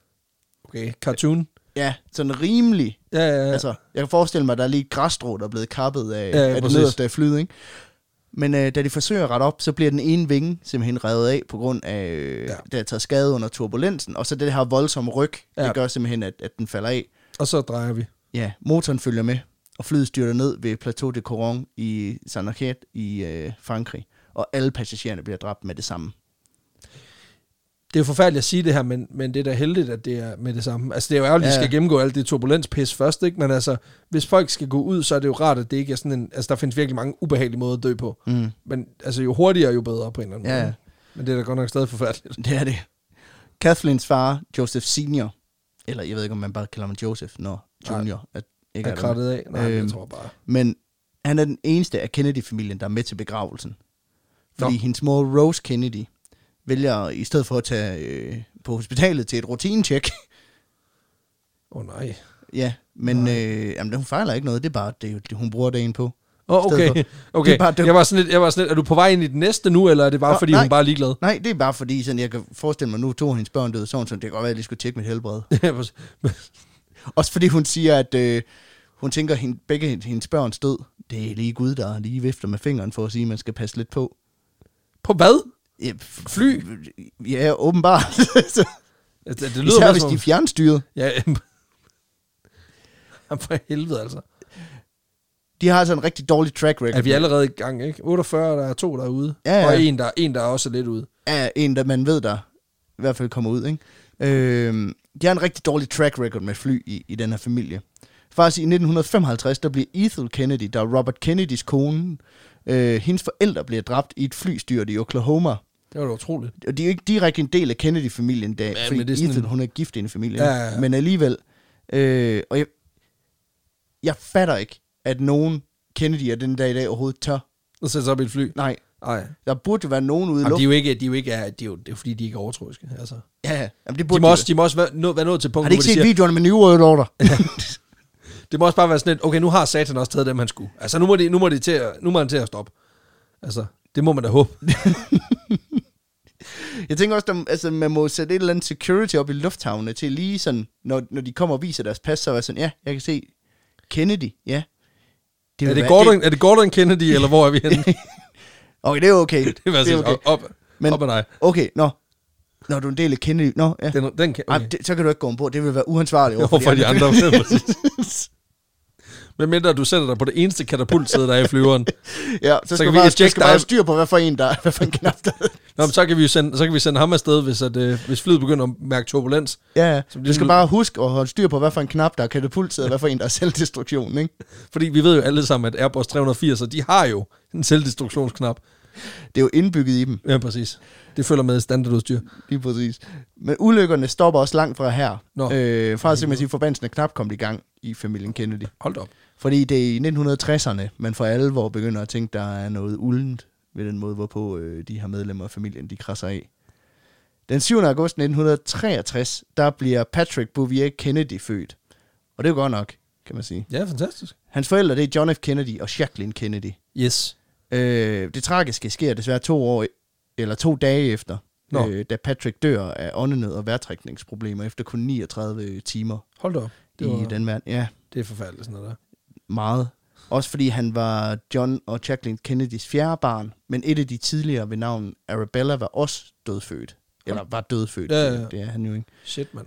S1: Okay, cartoon.
S2: Ja, sådan rimelig.
S1: Ja, ja,
S2: Ja.
S1: ja.
S2: Altså, jeg kan forestille mig, at der er lige et græsstrå, der er blevet kappet af,
S1: Ja,
S2: ja, af det
S1: præcis.
S2: nederste af flyet, ikke? Men øh, da de forsøger at rette op, så bliver den ene vinge simpelthen revet af, på grund af, øh,
S1: Ja.
S2: ja. der tager skade under turbulensen, og så det her voldsomme ryg, ja.
S1: Ja.
S2: det gør simpelthen, at, at den falder af.
S1: Og så drejer vi.
S2: Ja, motoren følger med, og flyet styrter ned ved Plateau de Coron i Saint-Nazaire i øh, Frankrig, og alle passagererne bliver dræbt med det samme.
S1: Det er jo forfærdeligt at sige det her, men, men det er da heldigt, at det er med det samme. Altså, det er jo ærgerligt, at
S2: Ja.
S1: de skal gennemgå alt det turbulenspis først, ikke? Men altså, hvis folk skal gå ud, så er det jo rart, at det ikke er sådan en... Altså, der findes virkelig mange ubehagelige måder at dø på.
S2: Mm.
S1: Men altså, jo hurtigere, jo bedre på en eller anden
S2: Ja,
S1: måde.
S2: ja.
S1: Men det er da godt nok stadig forfærdeligt.
S2: Det er det. Kathleens far, Joseph Senior, eller jeg ved ikke, om man bare kalder ham Joseph, når
S1: Nej.
S2: Junior er, ikke
S1: Er
S2: er der.
S1: krattet af? Nej, øhm. jeg
S2: Øhm.
S1: tror bare...
S2: Men han er den eneste af Kennedy-familien, der er med til begravelsen.
S1: Nå.
S2: Fordi Nå. hendes mor, Rose Kennedy, vælger i stedet for at tage øh, på hospitalet til et rutinetjek.
S1: Åh, oh, nej.
S2: ja, men øh, jamen, hun fejler ikke noget. Det er bare, det, er jo det hun bruger dagen på.
S1: Åh, oh,
S2: I stedet
S1: okay. okay.
S2: Det er bare dumt.
S1: jeg, var sådan lidt, jeg var sådan lidt, er du på vej ind i det næste nu, eller er det bare,
S2: Nå,
S1: fordi
S2: nej.
S1: hun bare er ligeglad?
S2: Nej, det er bare fordi, sådan, jeg kan forestille mig, nu to af hendes børn døde, sådan, så det kan godt være, at jeg lige skulle tjekke mit helbred. Også fordi hun siger, at øh, hun tænker, at hende, begge hendes børns død, det er lige Gud, der lige vifter med fingeren for at sige, at man skal passe lidt på.
S1: på hvad?
S2: Ja,
S1: Fly?
S2: ja åbenbart. Så-
S1: Altså, det lyder
S2: Især
S1: bare
S2: hvis
S1: som
S2: de
S1: om-
S2: er fjernstyret.
S1: Ja, Jamen, for helvede altså.
S2: De har altså en rigtig dårlig track record.
S1: Er vi allerede i gang, ikke? 48, der er to, der er ude.
S2: Ja, ja.
S1: Og en der, en, der er også lidt ude.
S2: Af en, der man ved, der i hvert fald kommer ud, ikke? Øhm, de har en rigtig dårlig track record med fly i, i den her familie. Faktisk i 1955, der bliver Ethel Kennedy, der er Robert Kennedys kone, øh, hendes forældre bliver dræbt i et flystyrt i Oklahoma.
S1: Det var da utroligt.
S2: Og de er jo ikke direkte en del af Kennedy-familien, da,
S1: Ja,
S2: fordi
S1: men det er sådan
S2: Ethel,
S1: en-
S2: hun er gift i en familie.
S1: Ja, ja, ja.
S2: Men alligevel, øh, og jeg, jeg fatter ikke, at nogen Kennedy er den dag i dag overhovedet tør.
S1: Og sætte sig op i et fly.
S2: Nej,
S1: Nej.
S2: der burde jo være nogen ude i
S1: Jamen, de
S2: luften.
S1: er jo ikke, de er jo ikke, er, de er jo, det er jo fordi, de er ikke er overtroiske. Altså.
S2: Ja, ja. Jamen, det burde
S1: De må
S2: jo
S1: også, de må også være, nå, være nået til
S2: Har
S1: punktet,
S2: de
S1: hvor
S2: ikke
S1: de
S2: set
S1: siger,
S2: videoerne med New World Order?
S1: det må også bare være sådan lidt, okay, nu har satan også taget dem, han skulle. Altså, nu må, de, nu må, de til at, nu må han til at stoppe. Altså, det må man da håbe.
S2: Jeg tænker også, der, altså, man må sætte et eller andet security op i lufthavne til lige sådan, når, når de kommer og viser deres pas, så er jeg sådan, ja, jeg kan se Kennedy, ja.
S1: er,
S2: vil
S1: det
S2: være-
S1: Gordon, det... er det Gordon Kennedy, eller hvor er vi henne?
S2: Okay, det er okay.
S1: det vil jeg sige, op, op,
S2: Men-
S1: op med dig.
S2: Okay, nå. Når du er en del af Kennedy, nå, ja.
S1: Den, den kan,
S2: Ej,
S1: okay.
S2: det, så kan du ikke gå ombord. Det vil være uansvarligt
S1: Hvorfor
S2: overfor
S1: for de andre? Men mindre du sætter dig på det eneste katapultsæde, der er i flyveren,
S2: ja, så,
S1: kan
S2: skal vi
S1: vi
S2: bare,
S1: lige
S2: skal
S1: tjekke
S2: skal bare
S1: dig.
S2: have styr på, hvad for en der er, hvad for en knap der er.
S1: Nå, men så, kan vi jo sende, så kan vi sende ham afsted, hvis, at, øh, hvis flyet begynder at mærke turbulens.
S2: Ja, ja.
S1: Som
S2: du skal
S1: lille-
S2: bare huske at holde styr på, hvad for en knap der er katapultet, og hvad for en der er selvdestruktion, ikke?
S1: Fordi vi ved jo alle sammen, at Airbus 380, de har jo en selvdestruktionsknap.
S2: Det er jo indbygget i dem,
S1: Ja, præcis. Det følger med standardudstyr.
S2: lige præcis. Men ulykkerne stopper også langt fra her.
S1: Nå.
S2: Øh, fra simpelthen at forbandelsen er knap kommet i gang i familien Kennedy.
S1: Hold da op.
S2: Fordi det er i 1960'erne, man for alvor begynder at tænke, der er noget uldent ved den måde, hvorpå øh, de her medlemmer af familien, de krasser af. Den 7. august 1963, der bliver Patrick Bouvier Kennedy født. Og det er jo godt nok, kan man sige.
S1: Ja, fantastisk.
S2: Hans forældre, det er John F. Kennedy og Jacqueline Kennedy.
S1: Yes.
S2: Øh, det tragiske sker desværre to år, eller to dage efter,
S1: Nå.
S2: øh, da Patrick dør af åndenød og vejrtrækningsproblemer efter kun 39 timer
S1: Hold da op. Det,
S2: i
S1: var,
S2: den vand. Ja,
S1: det er forfærdeligt, sådan noget der.
S2: meget. Også fordi han var John og Jacqueline Kennedys fjerde barn, men et af de tidligere ved navn Arabella var også dødfødt. Eller var dødfødt,
S1: Ja,
S2: ja,
S1: ja,
S2: ja.
S1: ja.
S2: det er han jo ikke.
S1: Shit, mand.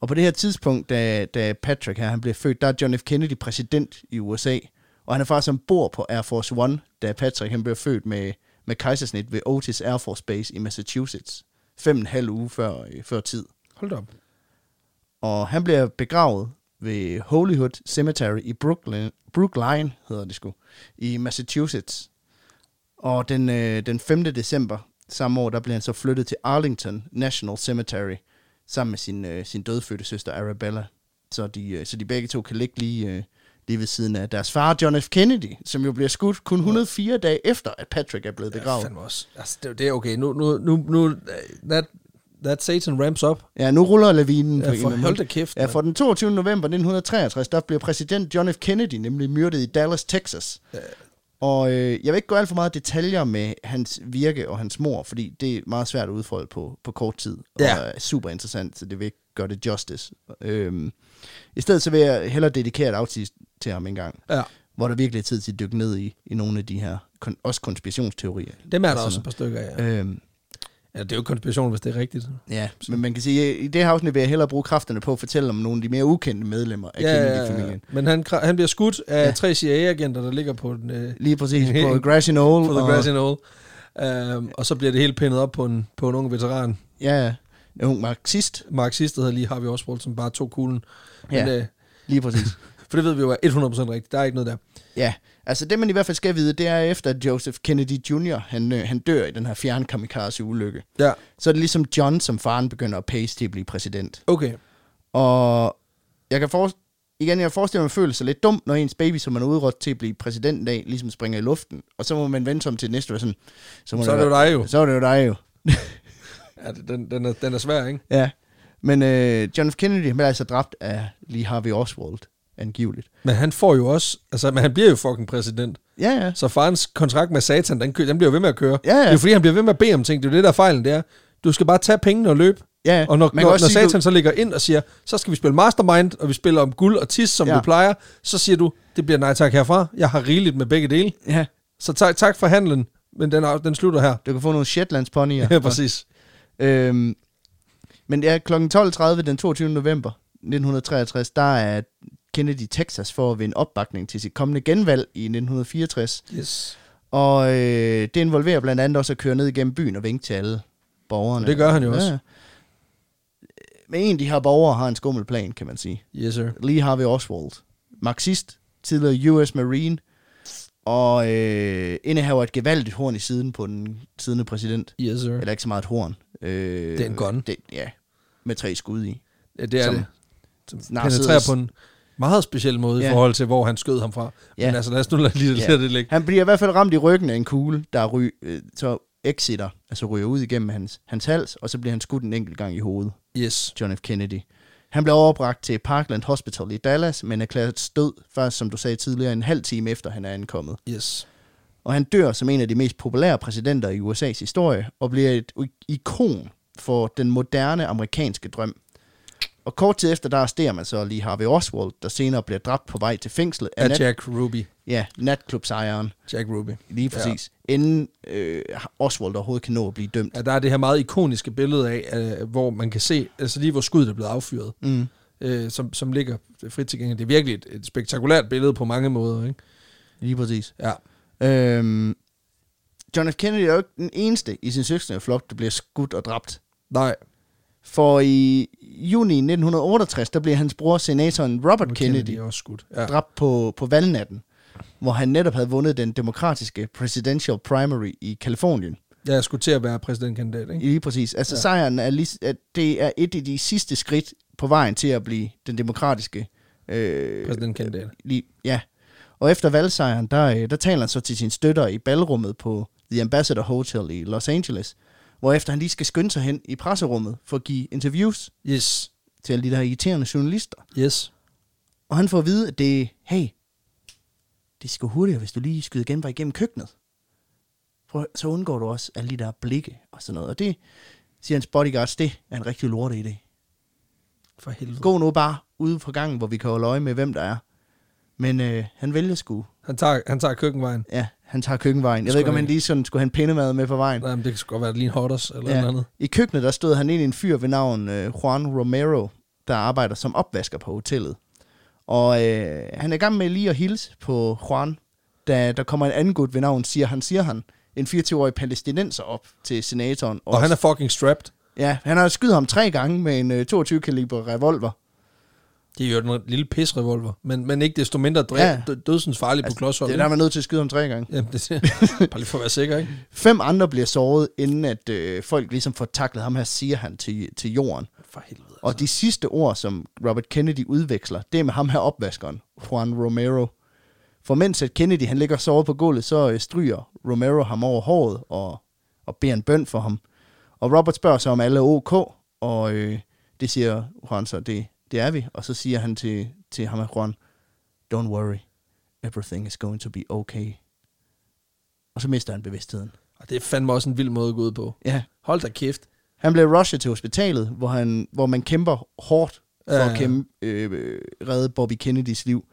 S2: Og på det her tidspunkt, da, da Patrick her, han blev født, der er John F. Kennedy præsident i USA. Og han er faktisk ombord på Air Force One, da Patrick han blev født med, med kejsersnit ved Otis Air Force Base i Massachusetts. Fem og en halv uge før, øh, før tid.
S1: Hold da op.
S2: Og han bliver begravet ved Holyhood Cemetery i Brooklyn, Brookline, hedder det sgu, i Massachusetts. Og den, øh, den 5. december samme år, der bliver han så flyttet til Arlington National Cemetery, sammen med sin, øh, sin dødfødte søster Arabella. Så de, øh, så de begge to kan ligge lige, øh, lige ved siden af deres far, John F. Kennedy, som jo bliver skudt kun 104 dage efter, at Patrick er blevet
S1: Ja,
S2: begravet.
S1: fandme også. Altså, det, det er okay. Nu, nu, nu, nu that, that Satan ramps up.
S2: Ja, nu ruller lavinen
S1: Ja,
S2: på
S1: for
S2: en eller anden
S1: hold
S2: måde.
S1: da kæft,
S2: Ja,
S1: mand.
S2: for den 22. november 1963, der bliver præsident John F. Kennedy nemlig myrdet i Dallas, Texas. Ja. Og øh, jeg vil ikke gå alt for meget detaljer med hans virke og hans mor, fordi det er meget svært at udfolde på, på kort tid. Og
S1: Ja.
S2: er super interessant, så det vil ikke gøre det justice. Øhm, I stedet så vil jeg hellere dedikere et afsnit til ham en gang,
S1: Ja.
S2: hvor der virkelig er tid til at dykke ned i, i nogle af de her, kon- også konspirationsteorier.
S1: Dem er der
S2: Og
S1: også
S2: sådan
S1: et par stykker af. Ja.
S2: noget. Øhm,
S1: ja, det er jo konspiration, hvis det er rigtigt.
S2: Ja, men man kan sige, at i det her afsnit vil jeg hellere bruge kræfterne på at fortælle om nogle af de mere ukendte medlemmer af
S1: Ja, ja, ja, ja.
S2: Kennedy-familien.
S1: Men han, kra- han bliver skudt af
S2: Ja.
S1: ja. tre CIA-agenter, der ligger på den... Øh,
S2: Lige præcis
S1: Helt-
S2: på Grassy Knoll.
S1: på The Grassy Knoll. Um, og så bliver det hele pindet op på en, på en ung veteran.
S2: Og, ja, en ung marxist.
S1: Marxist, der hedder lige Harvey Oswald, som bare tog kuglen.
S2: Ja.
S1: Men, øh,
S2: Lige præcis.
S1: for det ved vi jo er 100% rigtigt. Der er ikke noget der.
S2: ja, altså det man i hvert fald skal vide, det er efter at Joseph Kennedy Jr., han, øh, han dør i den her fjernkamikaze-ulykke.
S1: Ja,
S2: Så er det ligesom John, som faren begynder at pace til at blive præsident.
S1: okay.
S2: Og jeg kan for, igen, jeg forestiller mig, at man føler sig lidt dum, når ens baby, som man er udråbt til at blive præsident en dag, ligesom springer i luften. Og så må man vente som til næste år sådan. må
S1: Så er det jo dig jo.
S2: Så er det jo dig jo.
S1: Ja, det- den, den, er, den er svær, ikke?
S2: Ja, men øh, John F. Kennedy han blev altså dræbt af lige Harvey Oswald, angiveligt.
S1: Men han får jo også... Altså, men han bliver jo fucking præsident.
S2: Ja, ja.
S1: Så farens kontrakt med satan, den, kø- den bliver jo ved med at køre.
S2: Ja, ja.
S1: Det er jo fordi, han bliver ved med at bede om ting. Det er jo det, der er fejlen, det er. Du skal bare tage pengene og løbe.
S2: Ja, ja.
S1: Og når,
S2: Man
S1: når,
S2: kan
S1: når
S2: også sige,
S1: satan
S2: du-
S1: så ligger ind og siger, så skal vi spille mastermind, og vi spiller om guld og tis, som
S2: Ja.
S1: ja. du plejer, så siger du, det bliver nej tak herfra. Jeg har rigeligt med begge dele.
S2: Ja,
S1: Så tak, tak for handlen, men den, er- den slutter her.
S2: du kan få nogle Shetlands ponyer.
S1: Ja, præcis.
S2: øhm, men ja, kl. 12.30 den 22. november 1963, der er Kennedy i Texas for at vinde opbakning til sit kommende genvalg i 1964.
S1: Yes.
S2: Og øh, det involverer blandt andet også at køre ned igennem byen og vinke til alle borgerne.
S1: Og det gør han jo også.
S2: Men en af de her borgere har en skummel plan, kan man sige.
S1: Yes, sir.
S2: Lee Harvey Oswald. Marxist, tidligere US Marine, og øh, indehaver et gevaldigt horn i siden på den siddende præsident.
S1: Yes, sir.
S2: Eller ikke så meget et horn. Øh,
S1: Mm. Det er en gun.
S2: Det, ja, med tre skud i.
S1: Ja, det er
S2: som-
S1: det. Som
S2: snart
S1: penetrerer
S2: sidder-
S1: på en meget speciel måde
S2: Ja.
S1: i forhold til, hvor han skød ham fra.
S2: Ja.
S1: Men altså, lad os nu lade lige
S2: Ja.
S1: yeah. det ligge.
S2: Han bliver i hvert fald ramt i ryggen af en kugle, der ry, øh, så exiter, altså ryger ud igennem hans, hans hals, og så bliver han skudt en enkelt gang i hovedet.
S1: Yes.
S2: John F. Kennedy. Han blev overbragt til Parkland Hospital i Dallas, men erklæret død først, som du sagde tidligere, en halv time efter han er ankommet.
S1: Yes.
S2: og han dør som en af de mest populære præsidenter i USA's historie, og bliver et i- ikon for den moderne amerikanske drøm. Og kort tid efter, der arresterer man så lige Harvey Oswald, der senere bliver dræbt på vej til fængslet af,
S1: Af
S2: nat-
S1: Jack Ruby.
S2: ja, natklubsejeren.
S1: Jack Ruby.
S2: Lige præcis. Ja. Inden øh, Oswald overhovedet kan nå at blive dømt.
S1: Ja, der er det her meget ikoniske billede af, øh, hvor man kan se, altså lige hvor skuddet er blevet affyret,
S2: Mm.
S1: øh, som, som ligger frit tilgængeligt. Det er virkelig et, et spektakulært billede på mange måder, ikke?
S2: Lige præcis.
S1: Ja.
S2: Øhm, John F. Kennedy er jo ikke den eneste i sin søskendeflok, der bliver skudt og dræbt.
S1: Nej.
S2: For i juni 1968, der bliver hans bror, senatoren Robert Kennedy,
S1: er også skudt. Ja.
S2: dræbt på, på valgnatten. hvor han netop havde vundet den demokratiske presidential primary i Kalifornien.
S1: Ja, jeg skulle til at være præsidentkandidat, ikke?
S2: Lige præcis. Altså ja. sejren er lige, at det er et af de sidste skridt på vejen til at blive den demokratiske øh,
S1: Præsidentkandidat.
S2: Lige, ja. Og efter valgsejren, der, øh, der taler han så til sine støtter i ballrummet på The Ambassador Hotel i Los Angeles, hvor efter han lige skal skynde sig hen i presserummet for at give interviews
S1: Yes.
S2: til alle de der irriterende journalister.
S1: Yes.
S2: Og han får at vide, at det er, hey, det skal hurtigere, hvis du lige skyder genvej igennem køkkenet. Prøv, så undgår du også alle de der blikke og sådan noget. Og det, siger hans bodyguards, det er en rigtig lorte idé.
S1: For helvede.
S2: Gå nu bare ude på gangen, hvor vi kan holde øje med, hvem der er. Men øh, han vælger sgu.
S1: Han tager, han tager køkkenvejen.
S2: Ja, han tager køkkenvejen. Jeg ved
S1: Skulle
S2: ikke, om han
S1: han-
S2: lige sådan skulle have en pindemad med på vejen.
S1: Nej, men det kan sgu godt være, at det lige en hotters eller ja.
S2: Ja.
S1: noget andet.
S2: I køkkenet, der stod han ind i en fyr ved navn øh, Juan Romero, der arbejder som opvasker på hotellet. Og øh, han er i gang med lige at hilse på Juan, da der kommer en anden gut ved navn, siger han, siger han, en 24-årig palæstinenser op til senatoren.
S1: Og han er fucking strapped.
S2: Ja, han har skudt ham tre gange med en øh, 22-kaliber revolver.
S1: Det er jo en lille pisrevolver, men, men ikke desto mindre dræ-
S2: Ja.
S1: ja. dødsens farlig altså, på klodshold.
S2: det er
S1: ikke?
S2: der, man er nødt til at skyde ham tre gange.
S1: Jamen, det bare lige for at være sikker, ikke?
S2: Fem andre bliver såret, inden at øh, folk ligesom får taklet ham her, siger han til, til jorden.
S1: For helvede.
S2: Og de sidste ord, som Robert Kennedy udveksler, det er med ham her opvaskeren, Juan Romero. For mens at Kennedy han ligger sovet på gulvet, så øh, stryger Romero ham over håret og, og beder en bøn for ham. Og Robert spørger så, om alle er ok, og øh, det siger Juan så, det, det er vi. Og så siger han til, til ham her, Juan, don't worry, everything is going to be okay. Og så mister han bevidstheden.
S1: Og det er fandme også en vild måde at gå ud på.
S2: Ja,
S1: Hold da kæft.
S2: han blev rushet til hospitalet, hvor, han, hvor man kæmper hårdt for
S1: Ja,
S2: ja,
S1: ja.
S2: at kæmpe, øh, øh, redde Bobby Kennedys liv.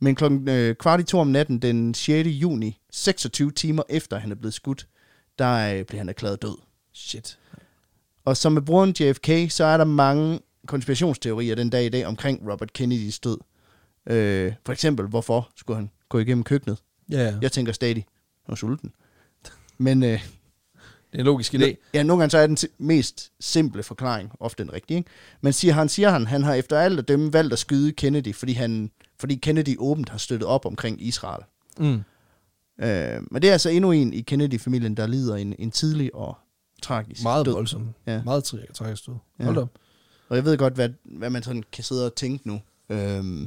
S2: Men klokken øh, kvart i to om natten den 6. juni, 26 timer efter han er blevet skudt, der øh, blev han erklæret død.
S1: Shit.
S2: Og som med broren JFK, så er der mange konspirationsteorier den dag i dag omkring Robert Kennedys død. Øh, for eksempel, hvorfor skulle han gå igennem køkkenet?
S1: Ja, ja.
S2: Jeg tænker stadig, han var sulten. Men øh,
S1: Det er en logisk idé.
S2: Ja, nogle gange så er den si- mest simple forklaring ofte den rigtige. Ikke? Men siger han, siger han, han har efter alt at dømme valgt at skyde Kennedy, fordi, han, fordi Kennedy åbent har støttet op omkring Israel.
S1: Mm.
S2: Øh, men det er altså endnu en i Kennedy-familien, der lider en, en tidlig og tragisk
S1: Meget
S2: død.
S1: voldsom. Ja.
S2: Ja.
S1: Meget træk, træk stod.
S2: Ja.
S1: Hold da op.
S2: Og jeg ved godt, hvad, hvad man sådan kan sidde og tænke nu. Øh,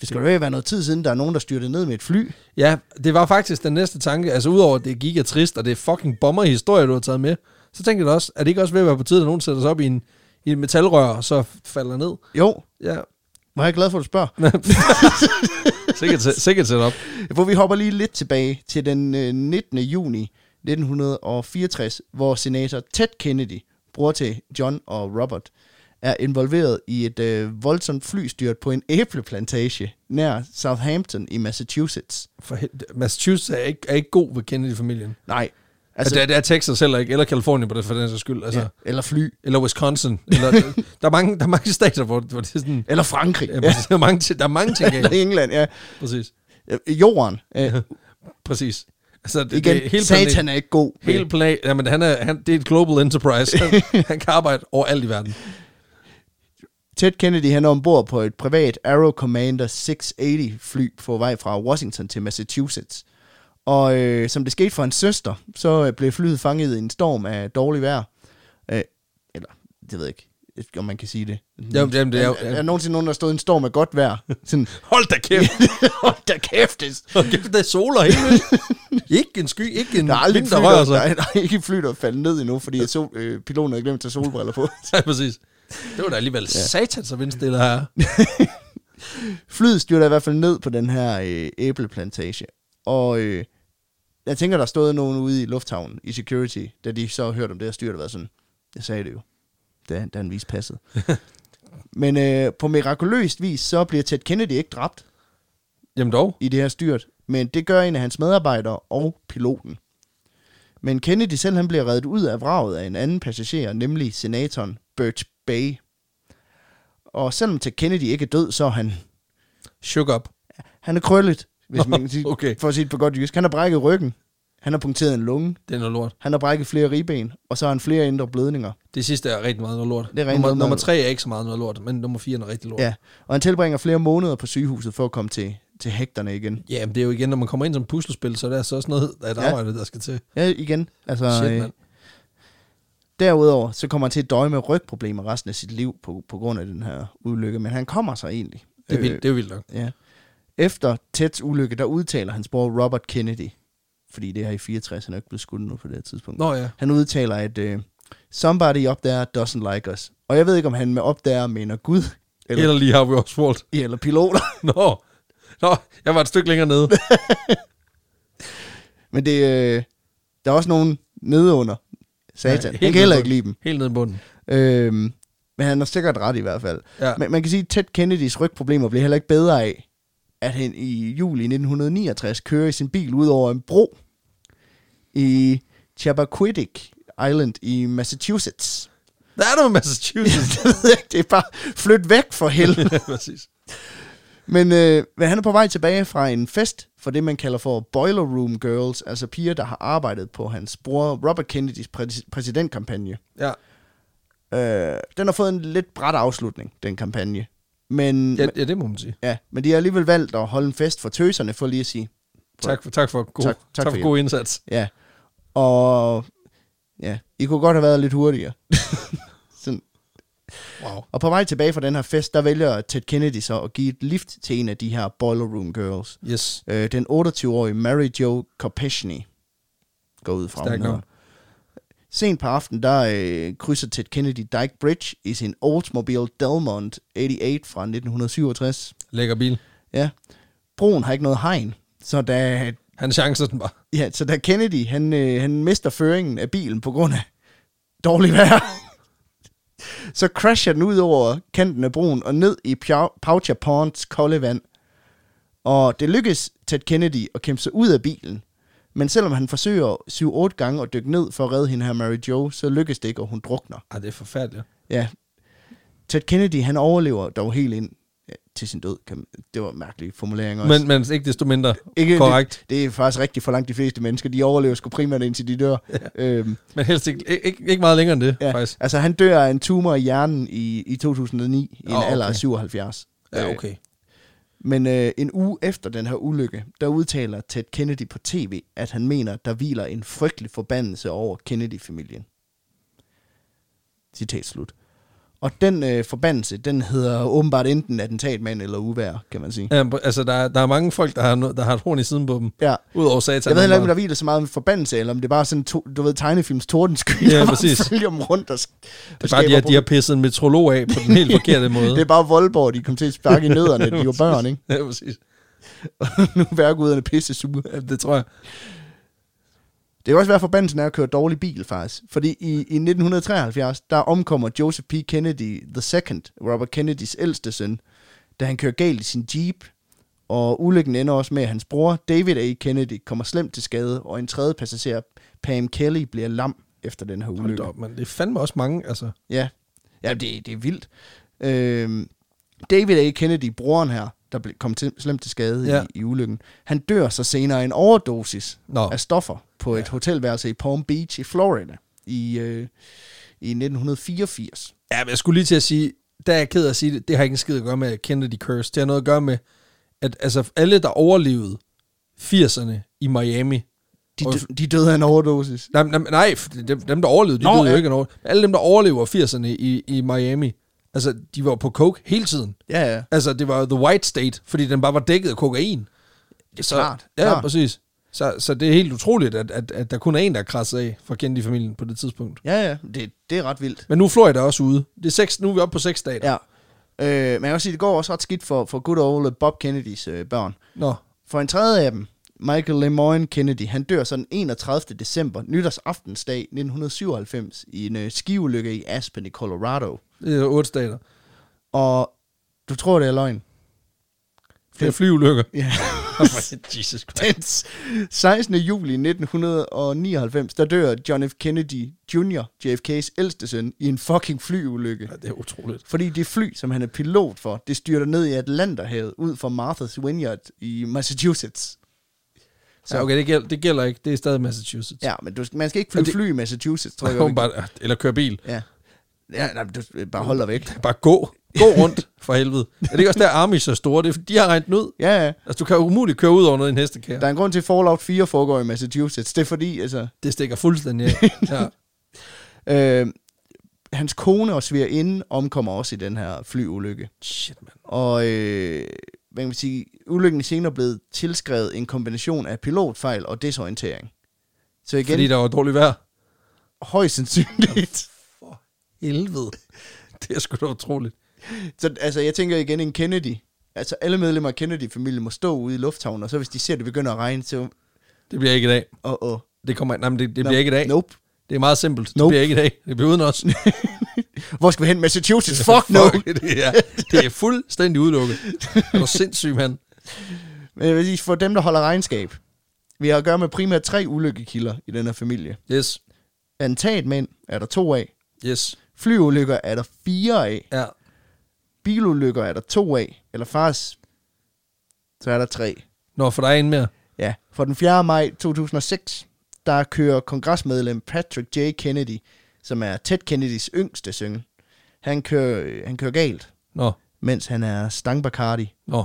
S2: det skal jo ikke være noget tid siden, der er nogen, der styrtede ned med et fly.
S1: Ja, det var faktisk den næste tanke. Altså udover at det gik er trist, og det er fucking bomberhistorie, du har taget med, så tænkte jeg da også, er det ikke også ved at være på tide, at nogen sætter sig op i en, i en metalrør, og så falder ned?
S2: Jo,
S1: Ja,
S2: var jeg glad for, at du spørger.
S1: sikkert, se- sikkert set op.
S2: Hvor vi hopper lige lidt tilbage til den øh, 19. juni 1964, hvor senator Ted Kennedy, bror til John og Robert, er involveret i et øh, voldsomt flystyrt på en æbleplantage nær Southampton i Massachusetts.
S1: For hel- Massachusetts er ikke, er ikke god ved Kennedy-familien.
S2: Nej,
S1: Altså,
S2: altså,
S1: det, er, det er Texas heller ikke, eller Kalifornien på det, for den sags skyld. Altså,
S2: ja,
S1: ja.
S2: eller fly,
S1: Eller Wisconsin. Eller, der, er mange, der er mange stater, hvor, hvor det er sådan...
S2: eller Frankrig,
S1: Ja,
S2: ja,
S1: præcis, der, er mange, ting- der er mange ting galt.
S2: eller England, ja.
S1: Præcis.
S2: Øh, Jorden, øh,
S1: Præcis. Altså, det,
S2: igen,
S1: det er hele
S2: satan
S1: planeten-
S2: er ikke god.
S1: Hele plan, jamen han er, han, det er et global enterprise. Han, han kan arbejde overalt i verden.
S2: Ted Kennedy han er ombord på et privat Arrow Commander 680 fly på vej fra Washington til Massachusetts. Og øh, som det skete for hans søster, så øh, blev flyet fanget i en storm af dårlig vejr. Øh, eller, det ved jeg ikke, om man kan sige det.
S1: Jamen, jamen, det er jo-
S2: er, er, er nogensinde nogen, der stod i en storm af godt vejr? Sådan,
S1: Hold da kæft.
S2: hold da kæft, det,
S1: Hold kæft, der soler helt vildt. Ikke en sky, ikke en
S2: der er aldrig
S1: vind,
S2: et
S1: der
S2: fly,
S1: rører
S2: der, der,
S1: sig.
S2: er, der er ikke et fly, der er faldet ned endnu, fordi at sol, øh, piloten havde glemt at tage solbriller på.
S1: Ja, præcis. Det var da alligevel ja. satans så vindstille her.
S2: flyet styrter i hvert fald ned på den her øh, æbleplantage. Og øh, jeg tænker, der stod nogen ude i lufthavnen i security, da de så hørte om det her styrt, og været sådan, jeg sagde det jo, da, da han viste passet. Men øh, på mirakuløst vis, så bliver Ted Kennedy ikke dræbt
S1: Jamen dog.
S2: i det her styrt, men det gør en af hans medarbejdere og piloten. Men Kennedy selv han bliver reddet ud af vraget af en anden passager, nemlig senatoren Burt Bay. Og selvom Ted Kennedy ikke er død, så er han
S1: Shook up.
S2: han er krøllet, hvis man kan sige,
S1: Okay.
S2: okay. for at sige det på godt jysk. Han har brækket ryggen, han har punkteret en lunge,
S1: Det er noget lort.
S2: han har brækket flere ribben, og så har han flere indre blødninger.
S1: Det sidste er rigtig meget noget lort.
S2: Det er rigtig
S1: nummer,
S2: meget
S1: nummer
S2: noget-
S1: tre er ikke så meget noget lort, men nummer fire er noget rigtig lort.
S2: Ja, og han tilbringer flere måneder på sygehuset for at komme til, til hægterne igen.
S1: Ja, men det er jo igen, når man kommer ind som puslespil, så er der så også noget af et
S2: Ja.
S1: arbejde, der skal til.
S2: Ja, igen. Altså,
S1: Shit,
S2: øh,
S1: mand.
S2: derudover, så kommer han til at døje med rygproblemer resten af sit liv på, på grund af den her ulykke, men han kommer sig egentlig.
S1: Det er vildt, det er vildt nok.
S2: Ja. Efter Teds ulykke, der udtaler hans bror Robert Kennedy, fordi det her i 64, han er jo ikke blevet skudt nu på det her tidspunkt.
S1: Nå ja.
S2: Han udtaler, at uh, somebody up there doesn't like us. Og jeg ved ikke, om han med up there mener Gud, eller,
S1: Eller,
S2: eller,
S1: Eller lige Harvey Oswald.
S2: eller piloter.
S1: Nå. Nå, jeg var et stykke længere nede.
S2: Men det, øh, der er også nogen nede under. Satan.
S1: Ja,
S2: Ja,
S1: helt
S2: han kan heller
S1: nede
S2: ikke lide dem.
S1: Helt nede i bunden.
S2: Øhm, men han har sikkert ret i hvert fald.
S1: Ja.
S2: Men man kan sige, at Ted Kennedys rygproblemer blev heller ikke bedre af, at han i juli 1969 kører i sin bil ud over en bro i Chappaquiddick Island i Massachusetts.
S1: Der er noget Massachusetts.
S2: det ved jeg ikke, det er bare flyt væk for helvede.
S1: Ja, Præcis.
S2: Men, øh, men han er på vej tilbage fra en fest for det, man kalder for Boiler Room Girls, altså piger, der har arbejdet på hans bror Robert Kennedys præs- præsidentkampagne.
S1: Ja.
S2: Øh, den har fået en lidt bræt afslutning, den kampagne. Men,
S1: Ja, ja, det må man sige.
S2: Ja, men de har alligevel valgt at holde en fest for tøserne, for lige at sige.
S1: Tak for, tak for, god,
S2: Tak-
S1: tak,
S2: tak
S1: tak
S2: for
S1: for god indsats.
S2: Ja. Og ja, I kunne godt have været lidt hurtigere. Sådan.
S1: Wow.
S2: Og på vej tilbage fra den her fest, der vælger Ted Kennedy så at give et lift til en af de her Boiler Room Girls.
S1: Yes.
S2: Øh, den 28-årige Mary Jo Kopechny går ud fra.
S1: Stærk
S2: hun hedder.
S1: navn.
S2: Sent på aftenen, der øh, krydser Ted Kennedy Dyke Bridge i sin Oldsmobile Delmont 88 fra 1967.
S1: Lækker bil.
S2: Ja. Broen har ikke noget hegn, så da
S1: Han chancer den bare.
S2: Ja, så da Kennedy, han, øh, han mister føringen af bilen på grund af dårlig vejr, så crasher den ud over kanten af broen og ned i Pia- Poucha Ponds kolde vand. Og det lykkes Ted Kennedy at kæmpe sig ud af bilen. Men selvom han forsøger 7-8 gange at dykke ned for at redde hende her Mary Jo, så lykkes det ikke, og hun drukner.
S1: Ej, det er forfærdeligt.
S2: Ja. Ted Kennedy, han overlever dog helt ind ja, til sin død. Kan man- Det var mærkelige formuleringer. også.
S1: Men, men ikke desto mindre
S2: Ikke,
S1: ikke, korrekt.
S2: Det, det er faktisk rigtigt for langt de fleste mennesker. De overlever sgu primært indtil de dør. Ja. Øhm,
S1: Det, men helst ikke, ikke, ikke meget længere end det, ja.
S2: ja.
S1: faktisk.
S2: Altså han dør af en tumor i hjernen i, i 2009 i en
S1: Åh, okay.
S2: alder af 77.
S1: Ja,
S2: Øh,
S1: okay.
S2: Men øh, en uge efter den her ulykke, der udtaler Ted Kennedy på tv, at han mener, der hviler en frygtelig forbandelse over Kennedy-familien. Citat slut. Og den øh, forbandelse, den hedder åbenbart enten attentatmand eller uvær, kan man sige.
S1: Ja, men altså, der, er- der er mange folk, der har, no- der har et horn i siden på dem.
S2: Ja.
S1: Udover satan.
S2: Jeg ved heller ikke, om der
S1: åbenbart.
S2: hviler så meget om forbandelse, eller om det er bare sådan, to, du ved, tegnefilms tordensky,
S1: Ja,
S2: der bare
S1: præcis.
S2: følger dem rundt og, sk- og
S1: det er bare, de har,
S2: skaber
S1: de har pisset en metrolog af på den helt forkerte måde.
S2: problemer. Det er bare Voldborg, de kom til at sparke i nødderne, de var børn, ikke?
S1: Ja, præcis.
S2: nu er værkuderne pisse sure.
S1: Ja, det tror jeg.
S2: Det kan også være, at forbandelsen er at køre dårlig bil, faktisk. Fordi i, i 1973, der omkommer Joseph P. Kennedy II, Robert Kennedys ældste søn, da han kører galt i sin Jeep. Og ulykken ender også med, at hans bror, David A. Kennedy, kommer slemt til skade, og en tredje passager, Pam Kelly, bliver lam efter den her
S1: Hold
S2: ulykke.
S1: da op, man. Det er fandme også mange, altså.
S2: Ja, ja det, det er vildt. Øhm, David A. Kennedy, broren her, der blev, kom til, slemt til skade ja.
S1: Ja.
S2: i, i ulykken, han dør så senere af en overdosis
S1: Nå.
S2: af stoffer på ja. et hotelværelse i Palm Beach i Florida i, øh, i 1984.
S1: Ja, men jeg skulle lige til at sige, der er jeg ked af at sige det, det har ikke en skid at gøre med Kennedy Curse. Det har noget at gøre med, at altså, alle, der overlevede 80'erne i Miami,
S2: De,
S1: Og-
S2: dø- de døde af en overdosis.
S1: Nej, nej, nej for dem, dem, der overlevede, de
S2: Nå,
S1: Nå, døde
S2: ja.
S1: jo ikke af noget. Men Alle dem, der overlever 80'erne i, i Miami, altså, de var på coke hele tiden.
S2: Ja, ja.
S1: Altså, det var jo The White State, fordi den bare var dækket af kokain. Det er så,
S2: klart,
S1: Ja,
S2: klart.
S1: præcis. Så, så det er helt utroligt, at, at, at der kun er en, der er krasset af fra Kennedy-familien på det tidspunkt.
S2: Ja, ja. Det, det er ret vildt.
S1: Men nu er Florida også ude. Det er seks, nu er vi oppe på seks stater.
S2: Ja. Øh, men jeg kan også sige, det går også ret skidt for, for good old Bob Kennedys øh, børn.
S1: Nå,
S2: For en tredje af dem, Michael Lemoyne Kennedy, han dør så den 31. december, nytårsaftensdag 1997, i en øh, skiulykke i Aspen i Colorado.
S1: det er otte stater.
S2: Og du tror, det er løgn?
S1: Flere flyulykker.
S2: Ja.
S1: Jesus Christ.
S2: Den s- 16. juli 1999, der dør John F. Kennedy Jr., JFK's ældste søn, i en fucking flyulykke.
S1: Ja, det er utroligt.
S2: Fordi det fly, som han er pilot for, det styrter ned i Atlanterhavet ud for Martha's Vineyard i Massachusetts.
S1: Så okay, det gælder, det gælder ikke. Det er stadig Massachusetts.
S2: Ja, men du, skal- man skal ikke flyve
S1: Er det-
S2: fly i Massachusetts, tror jeg.
S1: Bare, eller køre bil.
S2: Ja. Ja, nej, men du øh, bare hold dig væk.
S1: Bare gå. Gå rundt, for helvede. Er det ikke også der, Armies er store? Det er, fordi de har regnet den ud.
S2: Ja, ja.
S1: Altså, du kan jo umuligt køre ud over noget i en hestekær.
S2: Der er en grund til, at Fallout 4 foregår i Massachusetts. Det er fordi, altså...
S1: Det stikker fuldstændig af. Ja.
S2: Øh, hans kone og svigerinde omkommer også i den her flyulykke.
S1: Shit, man.
S2: Og øh, hvad kan man sige, ulykken er senere blevet tilskrevet en kombination af pilotfejl og desorientering. Så igen,
S1: Fordi der var dårligt vejr.
S2: højst sandsynligt.
S1: For helvede. Det er sgu da utroligt.
S2: Så altså, jeg tænker igen en Kennedy. Altså alle medlemmer af Kennedy-familien må stå ude i lufthavnen, og så hvis de ser, det begynder at regne, så...
S1: Det bliver ikke i dag.
S2: Åh, åh.
S1: Det, kommer, nej, men det, det
S2: Nå,
S1: bliver ikke i dag.
S2: Nope.
S1: Det er meget simpelt.
S2: Nope.
S1: Det bliver ikke i dag. Det bliver uden os.
S2: Hvor skal vi hen? Massachusetts? Fuck no!
S1: det, er, det er fuldstændig udelukket. Er du sindssyg, mand?
S2: Men jeg vil sige, for dem, der holder regnskab, vi har at gøre med primært tre ulykkekilder i den her familie.
S1: Yes.
S2: Attentatmænd er der to af.
S1: Yes.
S2: Flyulykker er der fire af.
S1: Ja.
S2: Bilulykker er der to af. Eller faktisk, så er der tre.
S1: Nå, for der er en mere.
S2: Ja, for den 4. maj 2006, der kører kongresmedlem Patrick J. Kennedy, som er Ted Kennedys yngste søn. Han kører, øh, han kører galt,
S1: Nå,
S2: mens han er stangbacardi.
S1: nå.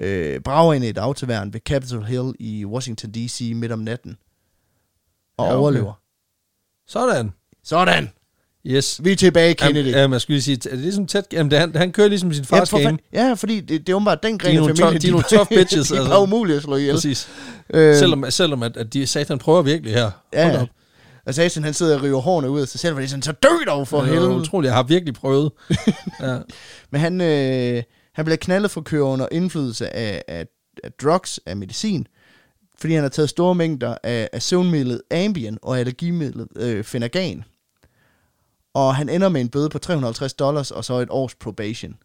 S2: Øh, brager ind i et autoværn ved Capitol Hill i Washington D.C. midt om natten. Og
S1: Ja,
S2: ja,
S1: okay.
S2: okay. overlever.
S1: Sådan.
S2: Sådan!
S1: Yes.
S2: Vi er tilbage, Kennedy.
S1: Jamen, jamen, jeg skulle lige sige, er det ligesom tæt, jamen, det, er han, han kører ligesom sin
S2: Ja,
S1: fars
S2: for
S1: game.
S2: fanden. ja, fordi det, det er åbenbart den gren
S1: De er
S2: af
S1: nogle
S2: familien.
S1: tough- de er nogle tough bitches,
S2: de er bare
S1: altså.
S2: umulige at slå ihjel.
S1: Præcis.
S2: Øh,
S1: Selvom, selvom at, at de satan prøver virkelig her. Hold
S2: ja,
S1: op.
S2: og Satan han sidder og river hårene ud af sig selv, fordi sådan, så dø dog for
S1: Det er
S2: helvede.
S1: Øh, utroligt, jeg har virkelig prøvet. ja.
S2: Men han, øh, han bliver knaldet for at køre under indflydelse af, af, af drugs, af medicin, fordi han har taget store mængder af, af søvnmidlet Ambien og allergimidlet øh, Fenagan. Og han ender med en bøde på 350 dollars og så et års probation.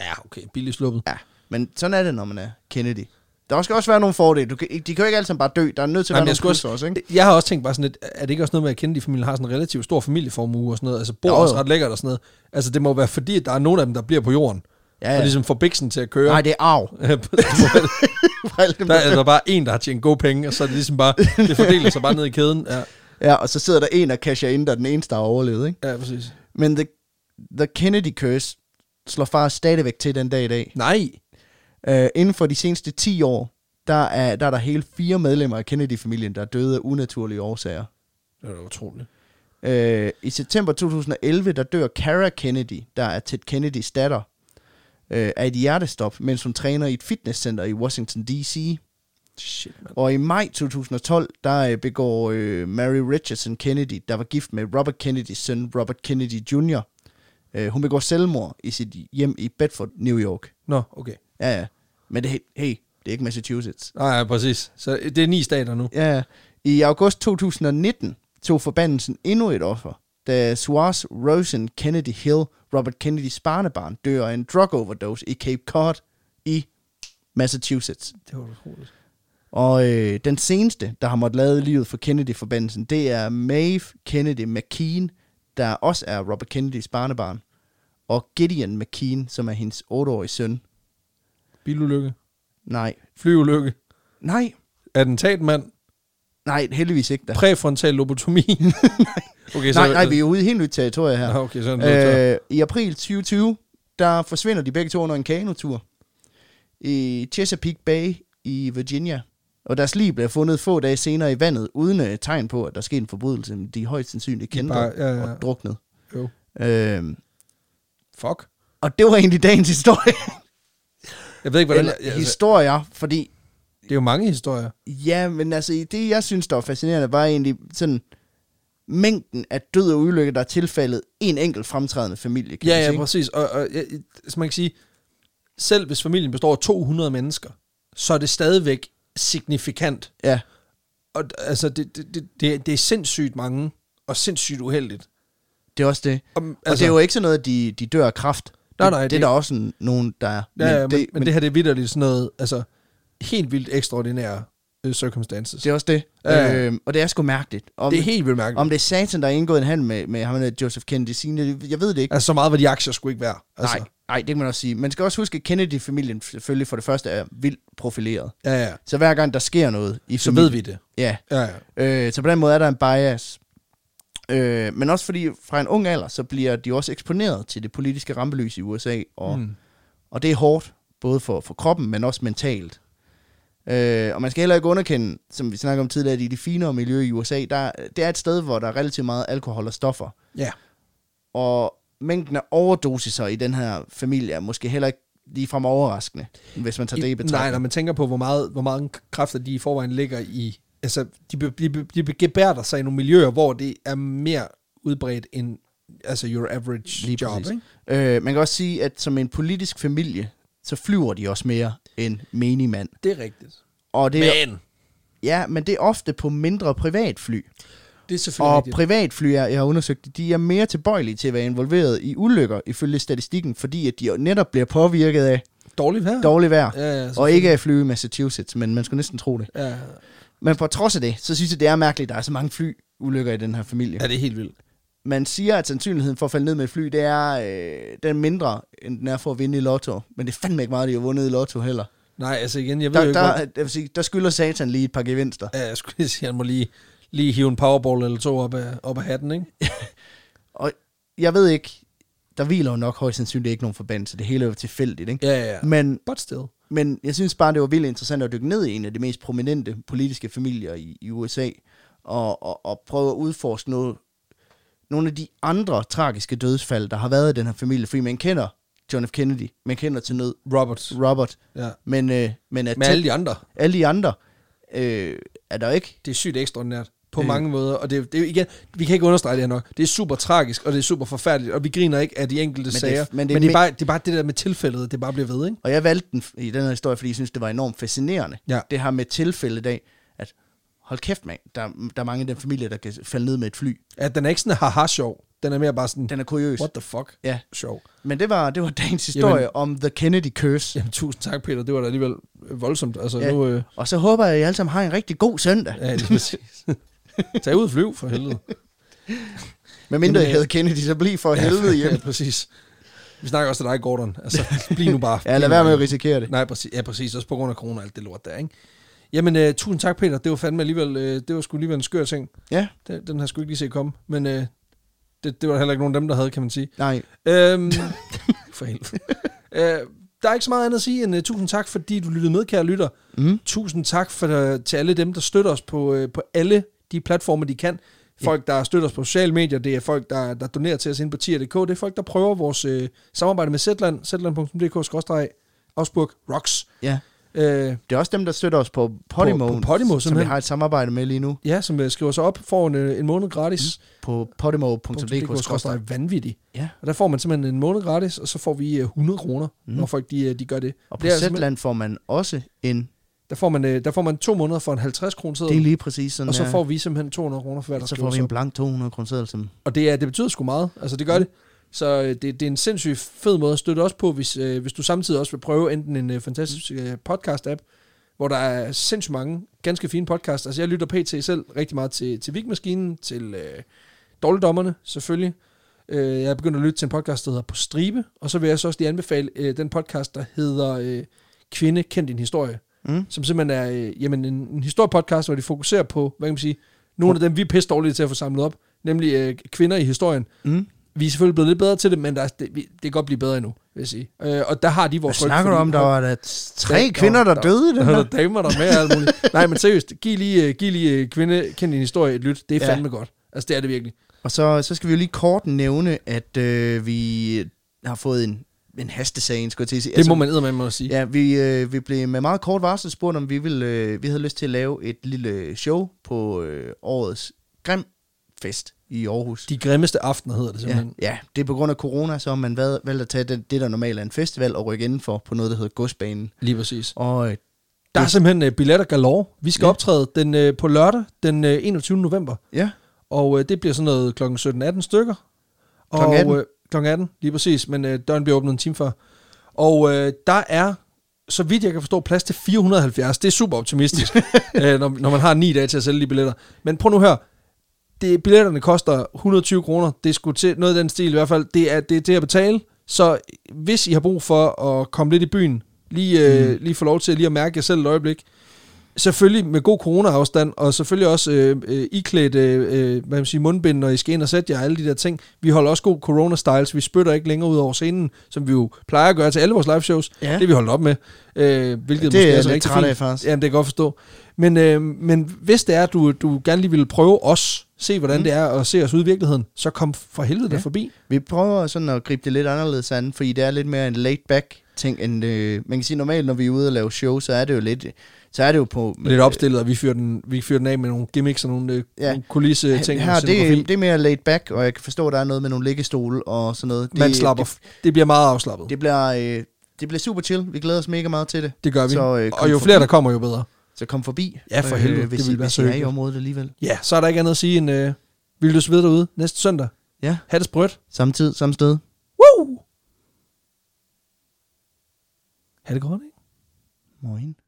S1: ja, okay, billigt sluppet.
S2: Ja, men sådan er det, når man er Kennedy. Der skal også være nogle fordele. Du kan, ikke- de kan jo ikke alle sammen bare dø. Der er nødt til at
S1: Nej, men jeg,
S2: være nogle
S1: skulle
S2: plusser
S1: også,
S2: også, ikke?
S1: jeg har også tænkt bare sådan lidt, er det ikke også noget med, at kende de familier har sådan en relativt stor familieformue og sådan noget, altså bor
S2: Jo, jo.
S1: også ret lækkert og sådan noget. Altså det må være fordi, at der er nogle af dem, der bliver på jorden,
S2: Ja, ja.
S1: og ligesom får biksen til at køre.
S2: Nej, det er arv. For alle dem,
S1: der er der bare en, der har tjent gode penge, og så er det ligesom bare, det fordeler sig bare ned i kæden. Ja,
S2: Ja, og så sidder der en og casher ind, der er den eneste, der har overlevet, ikke?
S1: ja præcis.
S2: Men the, the Kennedy Curse slår far stadigvæk til den dag i dag.
S1: Nej,
S2: Uh, inden for de seneste 10 år, der er der, er der hele fire medlemmer af Kennedy-familien, der er døde af unaturlige årsager.
S1: det er da utroligt.
S2: Uh, I september 2011, der dør Cara Kennedy, der er Ted Kennedys datter, uh, af et hjertestop, mens hun træner i et fitnesscenter i Washington D.C.
S1: Shit, mand.
S2: Og i maj 2012, der øh, begår øh, Mary Richardson Kennedy, der var gift med Robert Kennedys søn, Robert Kennedy Jr., øh, hun begår selvmord i sit hjem i Bedford, New York.
S1: Nå, okay.
S2: Ja, ja. Men det, hey, det er ikke Massachusetts.
S1: Nej, ja, præcis. Så øh, det er ni stater nu.
S2: Ja, ja. I august 2019 tog forbandelsen endnu et offer, da Suarez Rosen Kennedy Hill, Robert Kennedys barnebarn, dør af en drug overdose i Cape Cod i Massachusetts.
S1: Det var utroligt.
S2: Og øh, den seneste, der har måttet lade livet for Kennedy-forbandelsen, det er Maeve Kennedy McKean, der også er Robert Kennedys barnebarn. Og Gideon McKean, som er hendes 8-årige søn.
S1: Bilulykke,
S2: Nej.
S1: flyulykke,
S2: Nej.
S1: attentatmand,
S2: Nej, heldigvis ikke da.
S1: præfrontal lobotomi. okay,
S2: Nej, nej, vi er ude i helt nyt territorie her.
S1: Nå, okay, sådan noget.
S2: Øh, I april 2020, der forsvinder de begge to under en kanotur i Chesapeake Bay i Virginia. Og deres liv blev fundet få dage senere i vandet, uden øh, tegn på, at der skete en forbrydelse. Men de er højst sandsynligt
S1: De er
S2: kendte
S1: bare- ja, ja, ja.
S2: og druknet.
S1: Jo.
S2: Øhm,
S1: Fuck.
S2: og det var egentlig dagens historie.
S1: Jeg ved ikke, hvordan...
S2: Eller,
S1: Jeg, altså,
S2: historier, fordi...
S1: det er jo mange historier.
S2: Ja, men altså, det jeg synes, der var fascinerende, var egentlig sådan mængden af død og ulykker, der er tilfaldet en enkelt fremtrædende familie. Kan man
S1: Ja,
S2: sige,
S1: ja,
S2: ikke?
S1: præcis. Og, og ja, som man kan sige, selv hvis familien består af 200 mennesker, så er det stadigvæk signifikant.
S2: ja.
S1: Og d- altså, det, det, det, det, det er sindssygt mange, og sindssygt uheldigt.
S2: Det er også det.
S1: Og,
S2: Og altså, det er jo ikke sådan noget, at de, de dør af kraft.
S1: Nej,
S2: Det-
S1: nej,
S2: det,
S1: det-
S2: er der også en- nogen, der er.
S1: ja, ja, men, det, men det her, det er vidderligt sådan noget, altså, helt vildt ekstraordinære øh, circumstances.
S2: det er også det.
S1: Ja, ja.
S2: Øhm, og det er sgu mærkeligt. Om,
S1: det er helt vildt mærkeligt.
S2: om det er satan, der har indgået en handel med, med ham der Joseph Kennedy senior, det- jeg ved det ikke.
S1: Altså, så meget var de aktier skulle ikke være. Altså,
S2: Altså. Nej, nej, det kan man også sige. Man skal også huske, at Kennedy-familien selvfølgelig for det første er vildt profileret.
S1: Ja, ja.
S2: Så hver gang der sker noget i
S1: Så ved vi det.
S2: Ja,
S1: Ja, ja.
S2: øh, så på den måde er der en bias. Øh, men også fordi fra en ung alder, så bliver de også eksponeret til det politiske rampelys i USA, og, mm. og det er hårdt, både for, for kroppen, men også mentalt. Øh, og man skal heller ikke underkende, som vi snakkede om tidligere, at i det finere miljø i USA, der, det er et sted, hvor der er relativt meget alkohol og stoffer.
S1: Ja.
S2: Og mængden af overdosiser i den her familie er måske heller ikke ligefrem overraskende, hvis man tager det i
S1: Nej, når
S2: betragtning.
S1: man tænker på, hvor, meget, hvor mange kræfter de i forvejen ligger i... Altså, de, be- de, be- de be- gebærder sig i nogle miljøer, hvor det er mere udbredt end altså your average
S2: Lige
S1: job.
S2: præcis.
S1: Ikke?
S2: Øh, man kan også sige, at som en politisk familie, så flyver de også mere end menigmand.
S1: Det er rigtigt.
S2: Og det er,
S1: Men,
S2: ja, men det er ofte på mindre privatfly.
S1: det er selvfølgelig
S2: Og
S1: rigtigt.
S2: privatfly, er- jeg har undersøgt, det, de er mere tilbøjelige til at være involveret i ulykker, ifølge statistikken, fordi at de netop bliver påvirket af
S1: dårligt vejr.
S2: dårligt vejr.
S1: Ja, altså ja,
S2: Og ikke af at flyve i Massachusetts, men man skulle næsten tro det.
S1: Ja,
S2: Men på trods af det, så synes jeg, det er mærkeligt, at der er så mange flyulykker i den her familie.
S1: ja, det er helt vildt.
S2: Man siger, at sandsynligheden for at falde ned med et fly, det er, øh, den er mindre, end den er for at vinde i lotto. Men det er fandme ikke meget, de har vundet i lotto heller.
S1: Nej, altså igen, jeg ved jo
S2: Der,
S1: ikke,
S2: der, jeg vil sige, der skylder satan lige et par gevinster.
S1: hvor, ja, jeg skulle lige sige, han må lige, lige hive en powerball eller to op af, op af hatten, ikke?
S2: Og jeg ved ikke, der hviler jo nok højst sandsynligt ikke nogen forbandelse. Det hele er jo tilfældigt, ikke?
S1: Ja, ja, ja.
S2: Men
S1: But still.
S2: Men jeg synes bare, det var vildt interessant at dykke ned i en af de mest prominente politiske familier i, i USA, og, og, og prøve at udforske noget, nogle af de andre tragiske dødsfald, der har været i den her familie, fordi man kender John F. Kennedy, man kender til nød
S1: Roberts.
S2: Robert,
S1: Ja.
S2: men, øh, men at
S1: Med alle de andre.
S2: alle de andre øh, er der ikke.
S1: det er sygt ekstraordinært på
S2: Øh.
S1: øh. mange måder, og det, det er jo igen, vi kan ikke understrege det her nok. Det er super tragisk, og det er super forfærdeligt, og vi griner ikke af de enkelte
S2: Men det er-
S1: sager,
S2: men
S1: men,
S2: det
S1: det,
S2: er
S1: men det, er
S2: me-
S1: bare, det er bare det der med tilfældet, det bare bliver ved, ikke?
S2: Og jeg valgte den f- i den her historie, fordi jeg synes, det var enormt fascinerende.
S1: Ja.
S2: Det her med tilfælde i dag, at hold kæft mand, der, der er mange af den familie, der kan falde ned med et fly.
S1: At den er ikke sådan haha-sjov, den er mere bare sådan,
S2: Den er kuriøs.
S1: what the fuck,
S2: Ja.
S1: sjov.
S2: Men det var, det var dagens historie Jamen. om The Kennedy Curse.
S1: Jamen tusind tak, Peter, det var da alligevel voldsomt. Altså
S2: Ja.
S1: ja. nu, øh,
S2: Og så håber jeg, at I alle sammen har en rigtig god søndag.
S1: ja, lige præcis. Tag ud og flyv, for helvede.
S2: Men mindre
S1: Jamen,
S2: I
S1: øh,
S2: hedder Kennedy, så bliv for helvede
S1: ja,
S2: hjemme.
S1: præcis. Vi snakker også til dig, Gordon. Altså, bliv nu bare.
S2: Ja, lad
S1: Bliv
S2: være
S1: nu
S2: med at
S1: bare.
S2: risikere det.
S1: øh, Nej, præcis. Ja, præcis. Også på grund af corona og alt det lort der, ikke? Jamen, øh, tusind tak, Peter. Det var fandme alligevel, øh, det var sgu alligevel en skør ting.
S2: Ja,
S1: Den, den har jeg sgu ikke lige set komme, men øh, det, det var der heller ikke nogen af dem, der havde, kan man sige.
S2: nej.
S1: Øhm, for helvede. Øh, der er ikke så meget andet at sige end uh, tusind tak, fordi du lyttede med, kære lytter.
S2: Mm.
S1: Tusind tak for, uh, til alle dem, der støtter os på, uh, på alle de platforme, de kan. Folk, der støtter os på sociale medier, det er folk, der, der donerer til os inde på tier.dk, det er folk, der prøver vores uh, samarbejde med Zetland, zetland.dk-ausburg rocks.
S2: Ja.
S1: Uh,
S2: Det er også dem, der støtter os på Podimo,
S1: På- på Podimo,
S2: som vi
S1: simpelthen.
S2: har et samarbejde med lige nu.
S1: ja, som uh, skriver sig op, får en, uh, en måned
S2: Mm,
S1: gratis.
S2: På
S1: .dk-vanvittig.
S2: podimo.dk. Ja.
S1: Og der får man simpelthen en måned gratis, og så får vi øh, 100 kroner, mm. når folk de, øh, de gør det.
S2: Og på
S1: det er simpelthen-
S2: Zetland får man også en...
S1: der, får man, øh, der får man to måneder for en 50 kroner
S2: Det er
S1: seddel,
S2: lige præcis sådan
S1: og så
S2: her.
S1: får vi simpelthen 200 kroner for hver, der
S2: så får
S1: skriver
S2: vi
S1: sig
S2: en
S1: op.
S2: blank 200 kroner som...
S1: Og det, er, det betyder sgu meget, altså det gør det. Så øh, det, det er en sindssygt fed måde at støtte os på, hvis, øh, hvis du samtidig også vil prøve enten en øh, fantastisk øh, podcast-app, hvor der er sindssygt mange ganske fine podcasts. Altså jeg lytter pt. selv rigtig meget til, til Vigmaskinen, til øh, Dårligdommerne selvfølgelig. Øh, jeg er begyndt at lytte til en podcast, der hedder På Stribe, og så vil jeg så også lige anbefale øh, den podcast, der hedder øh, Kvinde, kend din historie,
S2: Mm.
S1: mm. som simpelthen er øh, jamen, en, en historiepodcast, hvor de fokuserer på, hvad kan man sige, nogle af dem, vi er pisse dårlige til at få samlet op, nemlig øh, kvinder i historien.
S2: Mm.
S1: Vi er selvfølgelig blevet lidt bedre til det, men der er, det, vi, det kan godt blive bedre endnu, vil jeg sige. Øh, og der har de
S2: Hvad
S1: vores ryg,
S2: snakker du
S1: fordi-
S2: om? Der var da
S1: Ja,
S2: tre kvinder, der døde i den
S1: der var
S2: her.
S1: der damer, der er med og alt muligt. Nej, men seriøst, giv lige, øh, giv lige øh, kvinde, kend din historie et lyt. Det er
S2: Ja.
S1: fandme godt. Altså, det er det virkelig.
S2: Og så, så skal vi jo lige kort nævne, at øh, vi har fået en, en hastesagen, skulle jeg til at sige. Altså,
S1: Det må man med mig sige.
S2: Ja, vi, øh, vi blev med meget kort varsel spurgt, om vi, ville, øh, vi havde lyst til at lave et lille show på øh, årets Grim Fest i Aarhus.
S1: De grimmeste aftener hedder det
S2: ja,
S1: simpelthen.
S2: ja, det er på grund af corona, så har man valgt, valgt at tage det, det, der normalt er en festival, og rykke indenfor på noget, der hedder Godsbanen.
S1: Lige præcis.
S2: Og øh,
S1: Der er simpelthen øh, billetter galore. Vi skal ja. optræde den, øh, på lørdag, den øh, 21. november.
S2: ja,
S1: Og øh, det bliver sådan noget kl. 17-18 stykker. Og,
S2: Klokken 18?
S1: Øh, klokken 18, lige præcis. Men øh, døren bliver åbnet en time før. Og øh, der er, så vidt jeg kan forstå, plads til 470. Det er super optimistisk, øh, når, når man har ni dage til at sælge de billetter. Men prøv nu her. Det, billetterne koster 120 kroner. Det skulle til noget af den stil i hvert fald. Det er, det er til at betale. Så hvis I har brug for at komme lidt i byen, lige, øh, lige få lov til lige at mærke jer selv et øjeblik, Selvfølgelig med god corona-afstand, og selvfølgelig også øh, øh, iklædt øh, øh, hvad man siger, mundbind, når I skal ind og sætte jer, og alle de der ting. Vi holder også god corona-styles. Vi spytter ikke længere ud over scenen, som vi jo plejer at gøre til alle vores live shows.
S2: Ja.
S1: Ja. Det er vi holdt op med, øh, hvilket
S2: Det er
S1: måske
S2: jeg
S1: så
S2: lidt
S1: rigtig
S2: træt af,
S1: fint.
S2: faktisk.
S1: Jamen, det kan jeg godt forstå. Men, øh, men hvis det er, at du, du gerne lige vil prøve os, se hvordan mm. det er, og se os ud i virkeligheden, så kom for helvede ja.
S2: Ja.
S1: der forbi.
S2: Vi prøver sådan at gribe det lidt anderledes an, fordi det er lidt mere en laid back ting, end øh, man kan sige normalt, når vi er ude og lave show, så er det jo lidt, så er det jo på...
S1: Lidt opstillet, og vi fyrer den, vi fyrer den af med nogle gimmicks og nogle, øh,
S2: øh, Ja.
S1: nogle kulisse ting.
S2: her, det, det er mere laid back, og jeg kan forstå, at der er noget med nogle liggestole og sådan noget. Det,
S1: Man slapper. Det, det bliver meget afslappet. Det,
S2: Det, det, bliver, øh, det bliver super chill. Vi glæder os mega meget til det.
S1: det gør vi.
S2: så,
S1: Så,
S2: øh,
S1: øh,
S2: kom
S1: og jo
S2: forbi.
S1: flere, der kommer, jo bedre.
S2: Så kom forbi, øh,
S1: Ja, for helvede.
S2: hvis,
S1: Det
S2: I,
S1: ville være
S2: hvis
S1: så
S2: I er i
S1: hyggeligt.
S2: området alligevel.
S1: Ja, så er der ikke andet at sige end, øh, vil du ved derude næste søndag?
S2: Ja,
S1: Ha' det sprødt.
S2: samme tid, samme sted.
S1: Woo! Ha' det godt, ikke?
S2: Moin.